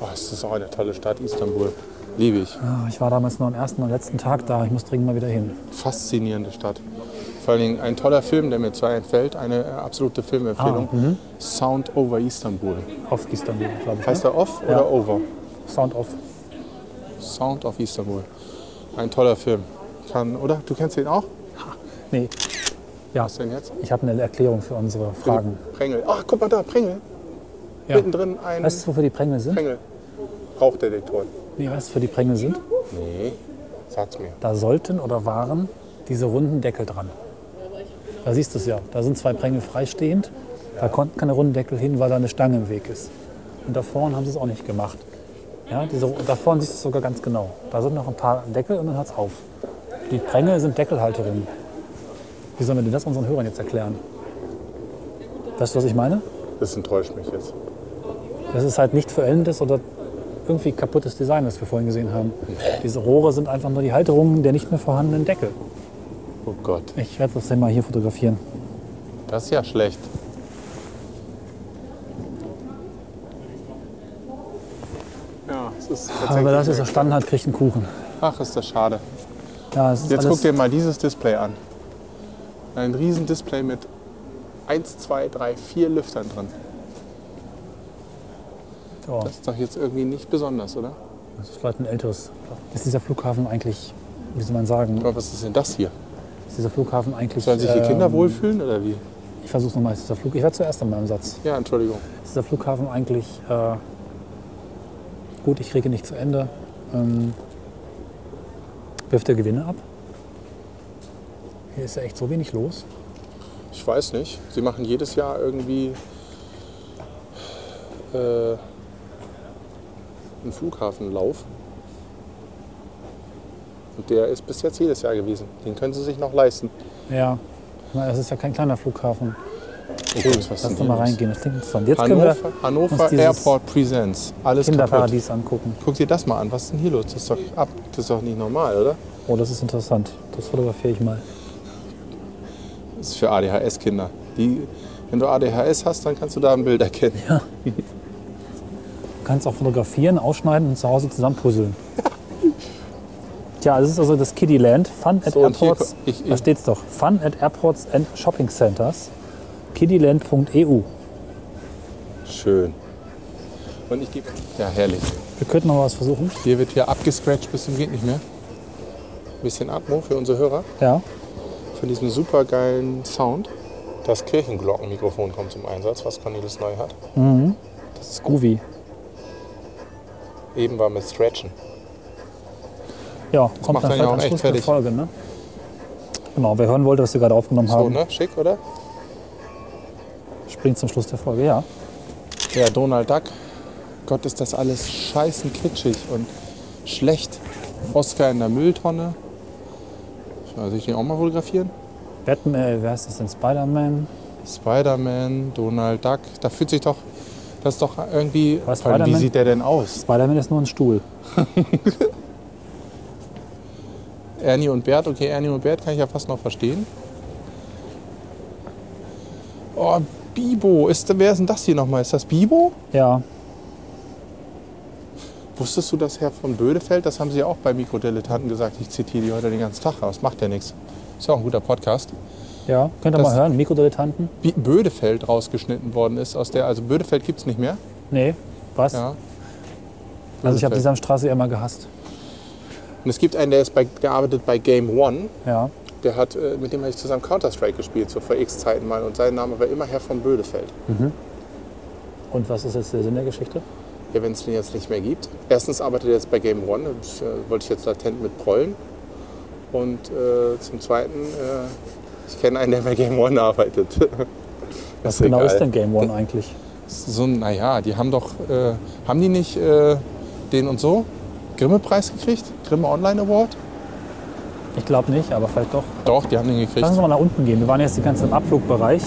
[SPEAKER 2] Oh, es ist auch eine tolle Stadt, Istanbul. Liebe ich.
[SPEAKER 3] Ah, Ich war damals nur am ersten und letzten Tag da. Ich muss dringend mal wieder hin.
[SPEAKER 2] Faszinierende Stadt. Vor allen Dingen ein toller Film, der mir zwar entfällt, eine äh, absolute Filmempfehlung. Sound over Istanbul.
[SPEAKER 3] Auf Istanbul, glaube ich.
[SPEAKER 2] Heißt er off oder over?
[SPEAKER 3] ne? Sound off.
[SPEAKER 2] Sound of Istanbul. Ein toller Film. Kann, oder? Du kennst den auch?
[SPEAKER 3] Nee, ja.
[SPEAKER 2] Was denn jetzt?
[SPEAKER 3] Ich habe eine Erklärung für unsere Fragen.
[SPEAKER 2] Prängel. Ach, guck mal da, Prängel.
[SPEAKER 3] Ja.
[SPEAKER 2] Also, Mittendrin ein
[SPEAKER 3] Weißt du, wofür die Prängel sind?
[SPEAKER 2] Prängel. Rauchdetektor.
[SPEAKER 3] Nee, weißt du, wofür die Prängel sind?
[SPEAKER 2] Nee, sag's mir.
[SPEAKER 3] Da sollten oder waren diese runden Deckel dran. Da siehst du es ja. Da sind zwei Prängel freistehend. Da konnten keine runden Deckel hin, weil da eine Stange im Weg ist. Und da vorne haben sie es auch nicht gemacht. Ja, diese, da vorne siehst du es sogar ganz genau. Da sind noch ein paar Deckel und dann hört es auf. Die Prängel sind Deckelhalterungen. Wie sollen wir denn das unseren Hörern jetzt erklären? Weißt du, was ich meine?
[SPEAKER 2] Das enttäuscht mich jetzt.
[SPEAKER 3] Das ist halt nicht verendetes oder irgendwie kaputtes Design, was wir vorhin gesehen haben. Diese Rohre sind einfach nur die Halterungen der nicht mehr vorhandenen Deckel.
[SPEAKER 2] Oh Gott,
[SPEAKER 3] Ich werde das denn mal hier fotografieren.
[SPEAKER 2] das ist ja schlecht. Ja, es Ah, ist tatsächlich.
[SPEAKER 3] Aber das ist erstanden hat, kriegt einen Kuchen.
[SPEAKER 2] Ach, ist das schade.
[SPEAKER 3] Ja, es ist
[SPEAKER 2] Jetzt
[SPEAKER 3] alles,
[SPEAKER 2] guck dir mal dieses Display an. Ein riesen Display mit 1, 2, 3, 4 Lüftern drin.
[SPEAKER 3] ja,
[SPEAKER 2] Das ist doch jetzt irgendwie nicht besonders, oder?
[SPEAKER 3] das ist vielleicht ein älteres. Ist dieser Flughafen eigentlich, wie soll man sagen,
[SPEAKER 2] Aber was ist denn das hier?
[SPEAKER 3] ist dieser Flughafen eigentlich.
[SPEAKER 2] Sollen sich die
[SPEAKER 3] ähm,
[SPEAKER 2] Kinder wohlfühlen oder wie?
[SPEAKER 3] Ich versuch's nochmal. Ist dieser Flug, ich war zuerst an meinem Satz.
[SPEAKER 2] Ja, Entschuldigung.
[SPEAKER 3] Ist dieser Flughafen eigentlich. Äh, gut, ich kriege nicht zu Ende. Ähm, wirft der Gewinne ab? Hier ist ja echt so wenig los.
[SPEAKER 2] Ich weiß nicht. Sie machen jedes Jahr irgendwie äh, einen Flughafenlauf. Und der ist bis jetzt jedes Jahr gewesen. Den können Sie sich noch leisten.
[SPEAKER 3] Ja, na, es ist ja kein kleiner Flughafen.
[SPEAKER 2] Oh Gott, was
[SPEAKER 3] Lass
[SPEAKER 2] ist
[SPEAKER 3] doch
[SPEAKER 2] denn
[SPEAKER 3] mal
[SPEAKER 2] hier los?
[SPEAKER 3] reingehen, das klingt interessant. Jetzt können wir
[SPEAKER 2] Hannover, Hannover
[SPEAKER 3] uns dieses
[SPEAKER 2] Airport Presents. Alles kaputt.
[SPEAKER 3] Kinderparadies angucken.
[SPEAKER 2] Guck dir das mal an. Was ist denn hier los? Das ist doch, ab, das ist doch nicht normal, oder?
[SPEAKER 3] Oh, das ist interessant. Das fotografiere ich mal.
[SPEAKER 2] Das ist für ADHS-Kinder. Die, wenn du ADHS hast, dann kannst du da ein Bild erkennen.
[SPEAKER 3] Du kannst auch fotografieren, ausschneiden und zu Hause zusammenpuzzeln. Tja, das ist also das Kiddyland. Fun at
[SPEAKER 2] So, und hier
[SPEAKER 3] Airports.
[SPEAKER 2] ko- ich-
[SPEAKER 3] da
[SPEAKER 2] ich-
[SPEAKER 3] steht's doch. Fun at Airports and Shopping Centers. Kiddyland.eu.
[SPEAKER 2] Schön. Und ich gebe. Ja, herrlich.
[SPEAKER 3] Wir könnten noch was versuchen.
[SPEAKER 2] Hier wird hier abgescratcht bis zum geht nicht mehr. Ein bisschen Atmo für unsere Hörer
[SPEAKER 3] Ja.
[SPEAKER 2] von diesem super geilen Sound. Das Kirchenglockenmikrofon kommt zum Einsatz, was Cornelis neu hat.
[SPEAKER 3] Das ist groovy.
[SPEAKER 2] Eben war mit Stretchen.
[SPEAKER 3] Ja, kommt
[SPEAKER 2] macht
[SPEAKER 3] dann
[SPEAKER 2] einen ja
[SPEAKER 3] vielleicht
[SPEAKER 2] auch
[SPEAKER 3] am
[SPEAKER 2] echt
[SPEAKER 3] Schluss der
[SPEAKER 2] fertig.
[SPEAKER 3] Folge, ne? Genau, wer hören wollte, was wir gerade aufgenommen
[SPEAKER 2] So,
[SPEAKER 3] haben,
[SPEAKER 2] ne? Schick, oder?
[SPEAKER 3] springt zum Schluss der Folge, ja.
[SPEAKER 2] Ja, Donald Duck. Gott, ist das alles scheißen kitschig und schlecht. Oscar in der Mülltonne. Soll ich den auch mal fotografieren?
[SPEAKER 3] Batman, äh, wer heißt das denn? Spider-Man?
[SPEAKER 2] Spider-Man, Donald Duck. Da fühlt sich doch. Das ist doch irgendwie.
[SPEAKER 3] Was,
[SPEAKER 2] Vor allem, Wie
[SPEAKER 3] Spider-Man?
[SPEAKER 2] sieht der denn aus?
[SPEAKER 3] Spider-Man ist nur ein Stuhl.
[SPEAKER 2] Ernie und Bert, okay, Ernie und Bert kann ich ja fast noch verstehen. Oh, Bibo. Ist, wer ist denn das hier nochmal? Ist das Bibo?
[SPEAKER 3] Ja,
[SPEAKER 2] Wusstest du, dass Herr von Bödefeld, das haben sie ja auch bei Mikrodilettanten gesagt, ich zitiere die heute den ganzen Tag, aber es macht ja nichts. Ist ja auch ein guter Podcast.
[SPEAKER 3] ja. Könnt ihr
[SPEAKER 2] Das-
[SPEAKER 3] mal hören, Mikrodilettanten?
[SPEAKER 2] Wie Bödefeld rausgeschnitten worden ist aus der, also Bödefeld gibt es nicht mehr.
[SPEAKER 3] Nee, was?
[SPEAKER 2] Ja.
[SPEAKER 3] also ich habe
[SPEAKER 2] Bödefeld.
[SPEAKER 3] die Samstraße immer gehasst.
[SPEAKER 2] Und es gibt einen, der ist bei, der arbeitet bei Game One,
[SPEAKER 3] Ja.
[SPEAKER 2] der hat, äh, mit dem habe ich zusammen Counter-Strike gespielt, so vor x Zeiten mal. Und sein Name war immer Herr von Bödefeld.
[SPEAKER 3] Und was ist jetzt der Sinn der Geschichte?
[SPEAKER 2] Ja, wenn es den jetzt nicht mehr gibt. Erstens arbeitet er jetzt bei Game One, das äh, wollte ich jetzt latent mit prollen. Und äh, zum Zweiten, äh, ich kenne einen, der bei Game One arbeitet.
[SPEAKER 3] Was
[SPEAKER 2] ist
[SPEAKER 3] genau
[SPEAKER 2] egal.
[SPEAKER 3] ist denn Game One eigentlich?
[SPEAKER 2] So ein, naja, die haben doch, äh, haben die nicht äh, den und so Grimme-Preis gekriegt? Grimme Online Award?
[SPEAKER 3] Ich glaube nicht, aber vielleicht doch.
[SPEAKER 2] Doch, die haben den gekriegt.
[SPEAKER 3] Lass uns mal nach unten gehen. Wir waren jetzt die ganze Zeit im Abflugbereich,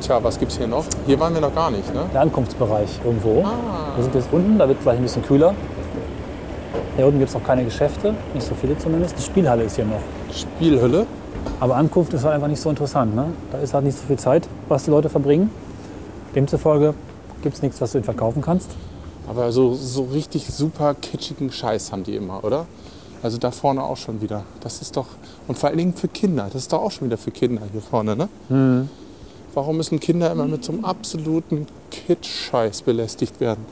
[SPEAKER 2] Tja, was gibt's hier noch? Hier waren wir noch gar nicht, ne?
[SPEAKER 3] der Ankunftsbereich irgendwo.
[SPEAKER 2] Ah.
[SPEAKER 3] Wir sind jetzt unten, da wird gleich ein bisschen kühler. Hier unten gibt es noch keine Geschäfte, nicht so viele zumindest. Die Spielhalle ist hier noch.
[SPEAKER 2] Spielhülle.
[SPEAKER 3] Aber Ankunft ist halt einfach nicht so interessant. Ne? Da ist halt nicht so viel Zeit, was die Leute verbringen. Demzufolge gibt es nichts, was du ihnen verkaufen kannst.
[SPEAKER 2] Aber so, so richtig super kitschigen Scheiß haben die immer, oder? Also da vorne auch schon wieder. Das ist doch. Und vor allen Dingen für Kinder. Das ist doch auch schon wieder für Kinder hier vorne, ne? Warum müssen Kinder immer mit so einem absoluten Kitsch-Scheiß belästigt werden?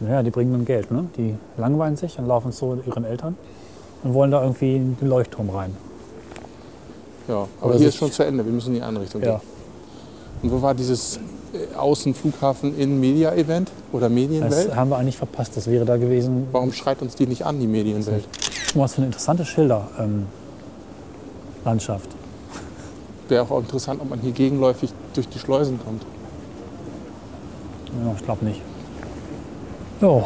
[SPEAKER 3] Naja, die bringen dann Geld. Ne? Die langweilen sich und laufen zu ihren Eltern und wollen da irgendwie in den Leuchtturm rein.
[SPEAKER 2] Ja, aber
[SPEAKER 3] Oder
[SPEAKER 2] hier
[SPEAKER 3] sich-
[SPEAKER 2] ist schon zu Ende. Wir müssen in die andere Richtung
[SPEAKER 3] Ja,
[SPEAKER 2] gehen. Und wo war dieses äh, Außenflughafen-Innen-Media-Event? Oder Medienwelt?
[SPEAKER 3] das haben wir eigentlich verpasst. Das wäre da gewesen.
[SPEAKER 2] Warum schreit uns die nicht an, die Medienwelt?
[SPEAKER 3] Guck mal, Was für eine interessante Schilderlandschaft. Ähm, Landschaft.
[SPEAKER 2] Wäre auch interessant, ob man hier gegenläufig durch die Schleusen kommt.
[SPEAKER 3] ja, ich glaube nicht. Jo,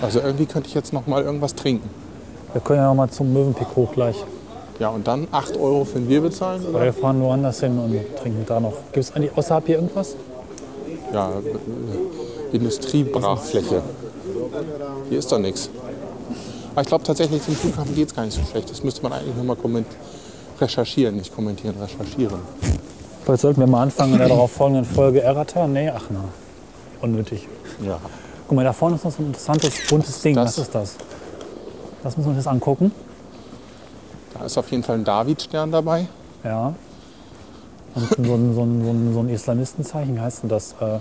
[SPEAKER 2] Also irgendwie könnte ich jetzt noch mal irgendwas trinken.
[SPEAKER 3] wir können ja noch mal zum Möwenpick hoch gleich.
[SPEAKER 2] Ja, und dann 8 Euro für ein Bier bezahlen?
[SPEAKER 3] Oder
[SPEAKER 2] Oder?
[SPEAKER 3] wir fahren woanders hin und trinken da noch. Gibt es eigentlich außerhalb hier irgendwas?
[SPEAKER 2] Ja, äh, Industriebrachfläche. Hier ist doch nichts. Aber ich glaube tatsächlich, zum Flughafen geht es gar nicht so schlecht. Das müsste man eigentlich nur mal komment recherchieren, nicht kommentieren, recherchieren.
[SPEAKER 3] Vielleicht sollten wir mal anfangen in der darauf folgenden Folge Errata. Nee, ach na. Unnötig.
[SPEAKER 2] Ja.
[SPEAKER 3] Guck mal, da vorne ist noch so ein interessantes buntes Ding.
[SPEAKER 2] das?
[SPEAKER 3] Was ist das? Das müssen wir uns jetzt angucken.
[SPEAKER 2] Da ist auf jeden Fall ein Davidstern dabei.
[SPEAKER 3] Ja. Und so ein, so ein, so ein, so ein Islamistenzeichen, wie heißt denn das? Äh,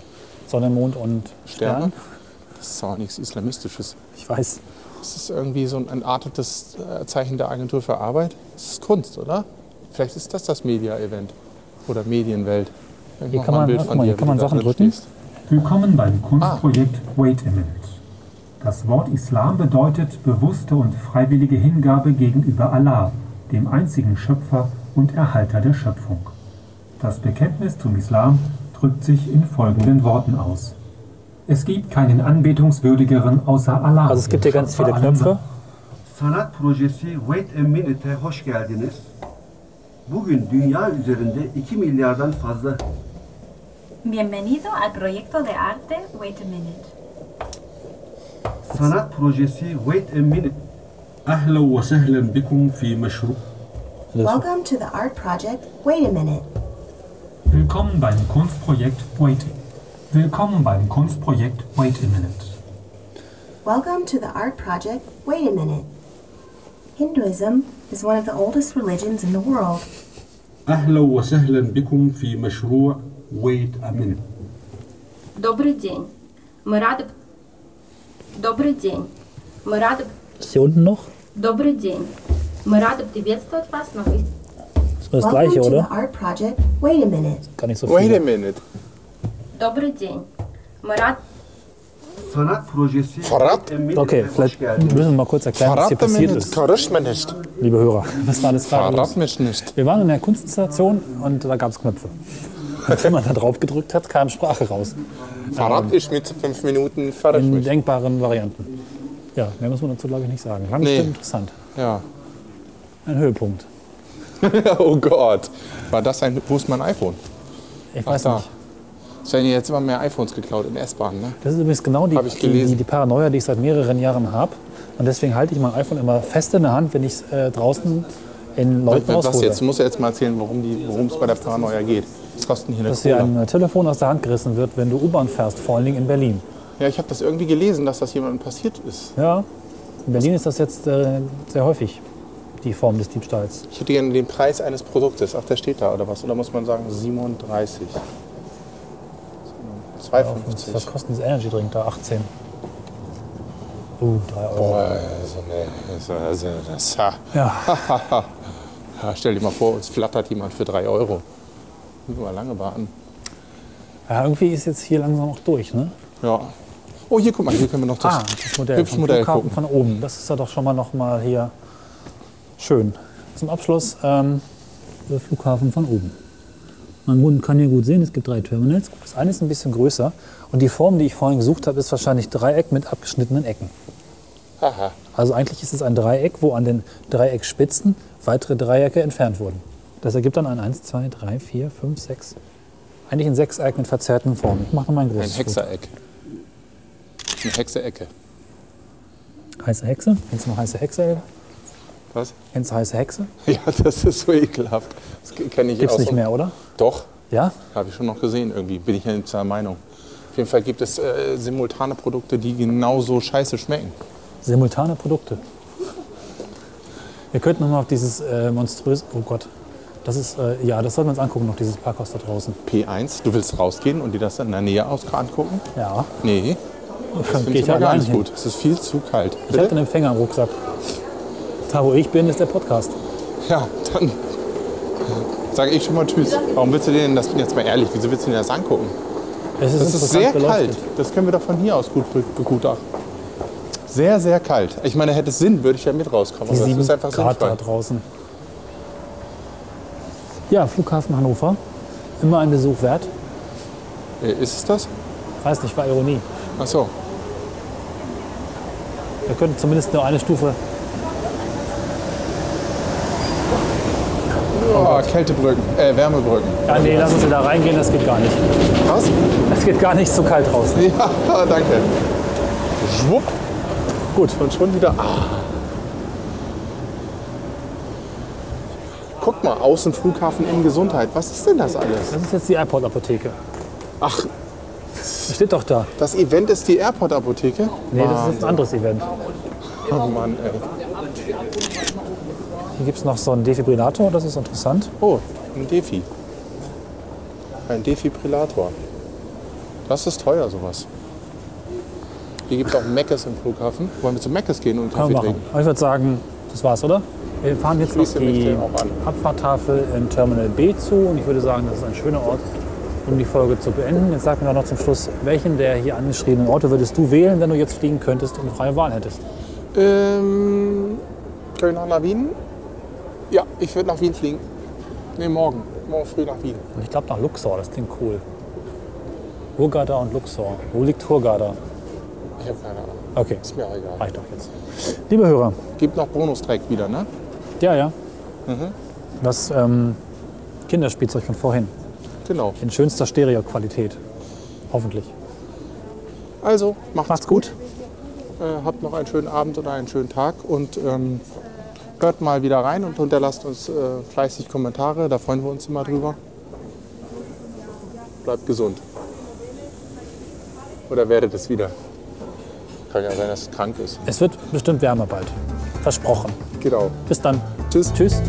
[SPEAKER 3] Sonne, Mond und
[SPEAKER 2] Sterne.
[SPEAKER 3] Stern?
[SPEAKER 2] Das ist auch nichts Islamistisches.
[SPEAKER 3] Ich weiß.
[SPEAKER 2] Das ist irgendwie so ein entartetes äh, Zeichen der Agentur für Arbeit. Das ist Kunst, oder? Vielleicht ist das das Media-Event oder Medienwelt. Ich
[SPEAKER 3] Hier
[SPEAKER 2] mach
[SPEAKER 3] kann
[SPEAKER 2] mal
[SPEAKER 3] man- guck mal, hier
[SPEAKER 2] wie
[SPEAKER 3] kann
[SPEAKER 2] du
[SPEAKER 3] man
[SPEAKER 2] da
[SPEAKER 3] Sachen
[SPEAKER 2] drin
[SPEAKER 3] drücken.
[SPEAKER 2] stehst.
[SPEAKER 6] Willkommen beim Kunstprojekt Wait a Minute. Das Wort Islam bedeutet bewusste und freiwillige Hingabe gegenüber Allah, dem einzigen Schöpfer und Erhalter der Schöpfung. Das Bekenntnis zum Islam drückt sich in folgenden Worten aus. Es gibt keinen anbetungswürdigeren außer Allah.
[SPEAKER 3] Also es gibt hier ganz viele Knöpfe.
[SPEAKER 7] Sanat projesi Wait a Minute'e hoş geldiniz. Bugün dünya üzerinde 2 milyardan fazla
[SPEAKER 8] Bienvenido al proyecto de arte Wait a Minute.
[SPEAKER 7] sanat projesi Wait a Minute
[SPEAKER 9] أهلا وسهلا بكم في مشروع
[SPEAKER 10] Welcome to the art project Wait a Minute.
[SPEAKER 6] Willkommen beim Kunstprojekt Wait. Willkommen beim Kunstprojekt Wait a Minute.
[SPEAKER 10] Welcome to the art project Wait a Minute. Hinduism is one of the oldest religions in the world.
[SPEAKER 9] أهلا وسهلا بكم في مشروع ويت أمين
[SPEAKER 8] Добрый день. Мы рады... б- Добрый день. Мы рады... б-
[SPEAKER 3] Ist hier unten noch?
[SPEAKER 8] Добрый день. Мы рады приветствовать вас на выставке.
[SPEAKER 3] Ist das
[SPEAKER 10] Welcome
[SPEAKER 3] gleiche,
[SPEAKER 10] to
[SPEAKER 3] oder?
[SPEAKER 10] the art project Wait a Minute.
[SPEAKER 3] Gar nicht so
[SPEAKER 2] Wait a
[SPEAKER 3] viel.
[SPEAKER 2] minute.
[SPEAKER 8] Добрый день. Мы рад...
[SPEAKER 7] sanat projesi
[SPEAKER 2] Sanat?
[SPEAKER 7] Wait a Minute'e
[SPEAKER 3] Okay,
[SPEAKER 7] hoş
[SPEAKER 3] vielleicht müssen
[SPEAKER 7] geldiniz.
[SPEAKER 3] wir mal kurz erklären, was hier
[SPEAKER 2] Verrat
[SPEAKER 3] passiert
[SPEAKER 2] minute.
[SPEAKER 3] ist,
[SPEAKER 2] Verrat mich nicht.
[SPEAKER 3] liebe Hörer. Was war das gerade los?
[SPEAKER 2] Verrat mich nicht.
[SPEAKER 3] Wir waren in der Kunstinstallation und da gab es Knöpfe. Und wenn man da drauf gedrückt hat, kam Sprache raus.
[SPEAKER 2] Verrat ich mit fünf Minuten. Verrat
[SPEAKER 3] In
[SPEAKER 2] mich.
[SPEAKER 3] denkbaren Varianten. Ja, mehr muss man dazu, glaube ich, nicht sagen. War bestimmt
[SPEAKER 2] Nee.
[SPEAKER 3] interessant.
[SPEAKER 2] Ja.
[SPEAKER 3] Ein Höhepunkt.
[SPEAKER 2] Oh Gott. War das ein. Wo ist mein iPhone?
[SPEAKER 3] Ich
[SPEAKER 2] Ach,
[SPEAKER 3] weiß
[SPEAKER 2] da.
[SPEAKER 3] nicht.
[SPEAKER 2] Es werden jetzt immer mehr iPhones geklaut in S-Bahnen, ne?
[SPEAKER 3] Das ist übrigens genau die,
[SPEAKER 2] Hab ich
[SPEAKER 3] die, die,
[SPEAKER 2] gelesen.
[SPEAKER 3] die Paranoia, die ich seit mehreren Jahren habe. Und deswegen halte ich mein iPhone immer fest in der Hand, wenn ich es äh, draußen in Leuten
[SPEAKER 2] Was
[SPEAKER 3] aushole.
[SPEAKER 2] jetzt? Du musst ja jetzt mal erzählen, worum die- worum es bei der Paranoia geht. Was kostet denn hier eine
[SPEAKER 3] dass dir
[SPEAKER 2] Cola?
[SPEAKER 3] ein äh, Telefon aus der Hand gerissen wird, wenn du U-Bahn fährst, vor allen Dingen in Berlin.
[SPEAKER 2] Ja, ich habe das irgendwie gelesen, dass das jemandem passiert ist.
[SPEAKER 3] Ja, in Berlin ist das jetzt äh, sehr häufig, die Form des Diebstahls.
[SPEAKER 2] Ich hätte gerne den Preis eines Produktes. Ach, der steht da, oder was? Oder muss man sagen 37? 52.
[SPEAKER 3] Was kostet dieses Energy Drink da? 18. Uh, 3 Euro.
[SPEAKER 2] Boah, also, nee, also, also, das, ha.
[SPEAKER 3] Ja.
[SPEAKER 2] Ja, stell dir mal vor, uns flattert jemand für 3 Euro. Müssen wir lange warten.
[SPEAKER 3] Ja, irgendwie ist jetzt hier langsam auch durch, ne?
[SPEAKER 2] Ja. Oh, hier, guck mal, hier können wir noch das
[SPEAKER 3] ah, das Modell vom
[SPEAKER 2] Hübschmodell
[SPEAKER 3] Flughafen
[SPEAKER 2] gucken.
[SPEAKER 3] von oben. Das ist ja doch schon mal noch mal hier schön. Zum Abschluss ähm, der Flughafen von oben. Man gut- kann hier gut sehen, es gibt drei Terminals. Das eine ist ein bisschen größer und die Form, die ich vorhin gesucht habe, ist wahrscheinlich Dreieck mit abgeschnittenen Ecken.
[SPEAKER 2] Haha.
[SPEAKER 3] Also eigentlich ist es ein Dreieck, wo an den Dreieckspitzen weitere Dreiecke entfernt wurden. Das ergibt dann ein 1, 2, 3, 4, 5, 6. Eigentlich ein Sechseck mit verzerrten Formen. Ich mache mal ein
[SPEAKER 2] Ein
[SPEAKER 3] großes. Foto.
[SPEAKER 2] Hexereck. Eine Hexerecke.
[SPEAKER 3] Heiße Hexe. Kennst du noch heiße Hexe, Helga?
[SPEAKER 2] Was?
[SPEAKER 3] Kennst du heiße Hexe?
[SPEAKER 2] Ja, das ist so ekelhaft. Das kenne ich
[SPEAKER 3] Gibt's
[SPEAKER 2] aus-
[SPEAKER 3] nicht mehr, oder?
[SPEAKER 2] Doch.
[SPEAKER 3] Ja?
[SPEAKER 2] Habe ich schon noch gesehen irgendwie. Bin ich ja nicht der Meinung. Auf jeden Fall gibt es äh, simultane Produkte, die genauso scheiße schmecken.
[SPEAKER 3] Simultane Produkte. Wir könnten nochmal auf dieses äh, monströse. Oh Gott. Das ist, äh, ja, das sollten wir uns angucken, noch dieses Parkhaus da draußen.
[SPEAKER 2] P1, du willst rausgehen und dir das in der Nähe aus angucken?
[SPEAKER 3] Ja.
[SPEAKER 2] Nee. Das
[SPEAKER 3] Geh
[SPEAKER 2] finde ich
[SPEAKER 3] ich
[SPEAKER 2] aber gar
[SPEAKER 3] allein
[SPEAKER 2] nicht
[SPEAKER 3] hin.
[SPEAKER 2] gut. Es ist viel zu kalt.
[SPEAKER 3] Ich habe den Empfänger im Rucksack. Da, wo ich bin, ist der Podcast.
[SPEAKER 2] Ja, dann sage ich schon mal Tschüss. Warum willst du denn das jetzt mal ehrlich? Wieso willst du dir das angucken?
[SPEAKER 3] Es ist
[SPEAKER 2] das ist
[SPEAKER 3] interessant
[SPEAKER 2] sehr
[SPEAKER 3] beleuchtet.
[SPEAKER 2] kalt. Das können wir doch von hier aus gut be- begutachten. Sehr, sehr kalt. Ich meine, hätte es Sinn, würde ich ja mit rauskommen.
[SPEAKER 3] Die
[SPEAKER 2] aber
[SPEAKER 3] sieben
[SPEAKER 2] das ist einfach
[SPEAKER 3] Grad da
[SPEAKER 2] sinnfrei.
[SPEAKER 3] draußen. Ja, Flughafen Hannover. Immer ein Besuch wert.
[SPEAKER 2] Äh, Ist es das?
[SPEAKER 3] Weiß nicht, war Ironie.
[SPEAKER 2] Ach so.
[SPEAKER 3] Wir könnten zumindest nur eine Stufe.
[SPEAKER 2] Oh, Kältebrücken, äh, Wärmebrücken.
[SPEAKER 3] Ja, nee, lass uns da reingehen, das geht gar nicht.
[SPEAKER 2] Was?
[SPEAKER 3] Es geht gar nicht so kalt draußen.
[SPEAKER 2] Ja, danke. Schwupp. Gut, und schon wieder. Ah. Guck mal, Außenflughafen in Gesundheit. Was ist denn das alles?
[SPEAKER 3] Das ist jetzt die Airport-Apotheke.
[SPEAKER 2] Ach,
[SPEAKER 3] Das Steht doch da.
[SPEAKER 2] das Event ist die Airport-Apotheke?
[SPEAKER 3] Nee, das ist jetzt ein anderes Event.
[SPEAKER 2] Oh Mann, ey.
[SPEAKER 3] Hier gibt es noch so einen Defibrillator, das ist interessant.
[SPEAKER 2] Oh, ein Defi. Ein Defibrillator. Das ist teuer, sowas. Hier gibt es auch Meckes im Flughafen. Wollen wir zu Meckes gehen und
[SPEAKER 3] Können
[SPEAKER 2] Kaffee
[SPEAKER 3] wir machen.
[SPEAKER 2] trinken?
[SPEAKER 3] Aber ich würde sagen, das war's, oder? Wir fahren jetzt noch
[SPEAKER 2] Schließe mich
[SPEAKER 3] die
[SPEAKER 2] dem auch an.
[SPEAKER 3] Abfahrttafel in Terminal B zu und ich würde sagen, das ist ein schöner Ort, um die Folge zu beenden. Jetzt sag mir doch noch zum Schluss, welchen der hier angeschriebenen Orte würdest du wählen, wenn du jetzt fliegen könntest und freie Wahl hättest?
[SPEAKER 2] Ähm, können wir noch nach Wien? Ja, ich würde nach Wien fliegen. Nee, morgen. Morgen früh nach Wien.
[SPEAKER 3] Und ich glaube nach Luxor, das klingt cool. Hurghada und Luxor. Wo liegt Hurghada?
[SPEAKER 2] Ich habe keine Ahnung.
[SPEAKER 3] Okay,
[SPEAKER 2] Ist mir auch egal.
[SPEAKER 3] reicht doch jetzt. Liebe Hörer,
[SPEAKER 2] Gibt noch Bonustrack wieder, ne?
[SPEAKER 3] ja, ja,
[SPEAKER 2] Mhm.
[SPEAKER 3] das ähm, Kinderspielzeug von vorhin.
[SPEAKER 2] Genau.
[SPEAKER 3] In schönster Stereoqualität. Hoffentlich.
[SPEAKER 2] Also, macht's,
[SPEAKER 3] Macht's gut.
[SPEAKER 2] Äh, habt noch einen schönen Abend oder einen schönen Tag und ähm, hört mal wieder rein und hinterlasst uns äh, fleißig Kommentare. Da freuen wir uns immer drüber. Bleibt gesund. Oder werdet es wieder. Kann ja sein, dass es krank ist.
[SPEAKER 3] Es wird bestimmt wärmer bald. Versprochen.
[SPEAKER 2] Genau.
[SPEAKER 3] Bis dann.
[SPEAKER 2] Tschüss.
[SPEAKER 3] Tschüss.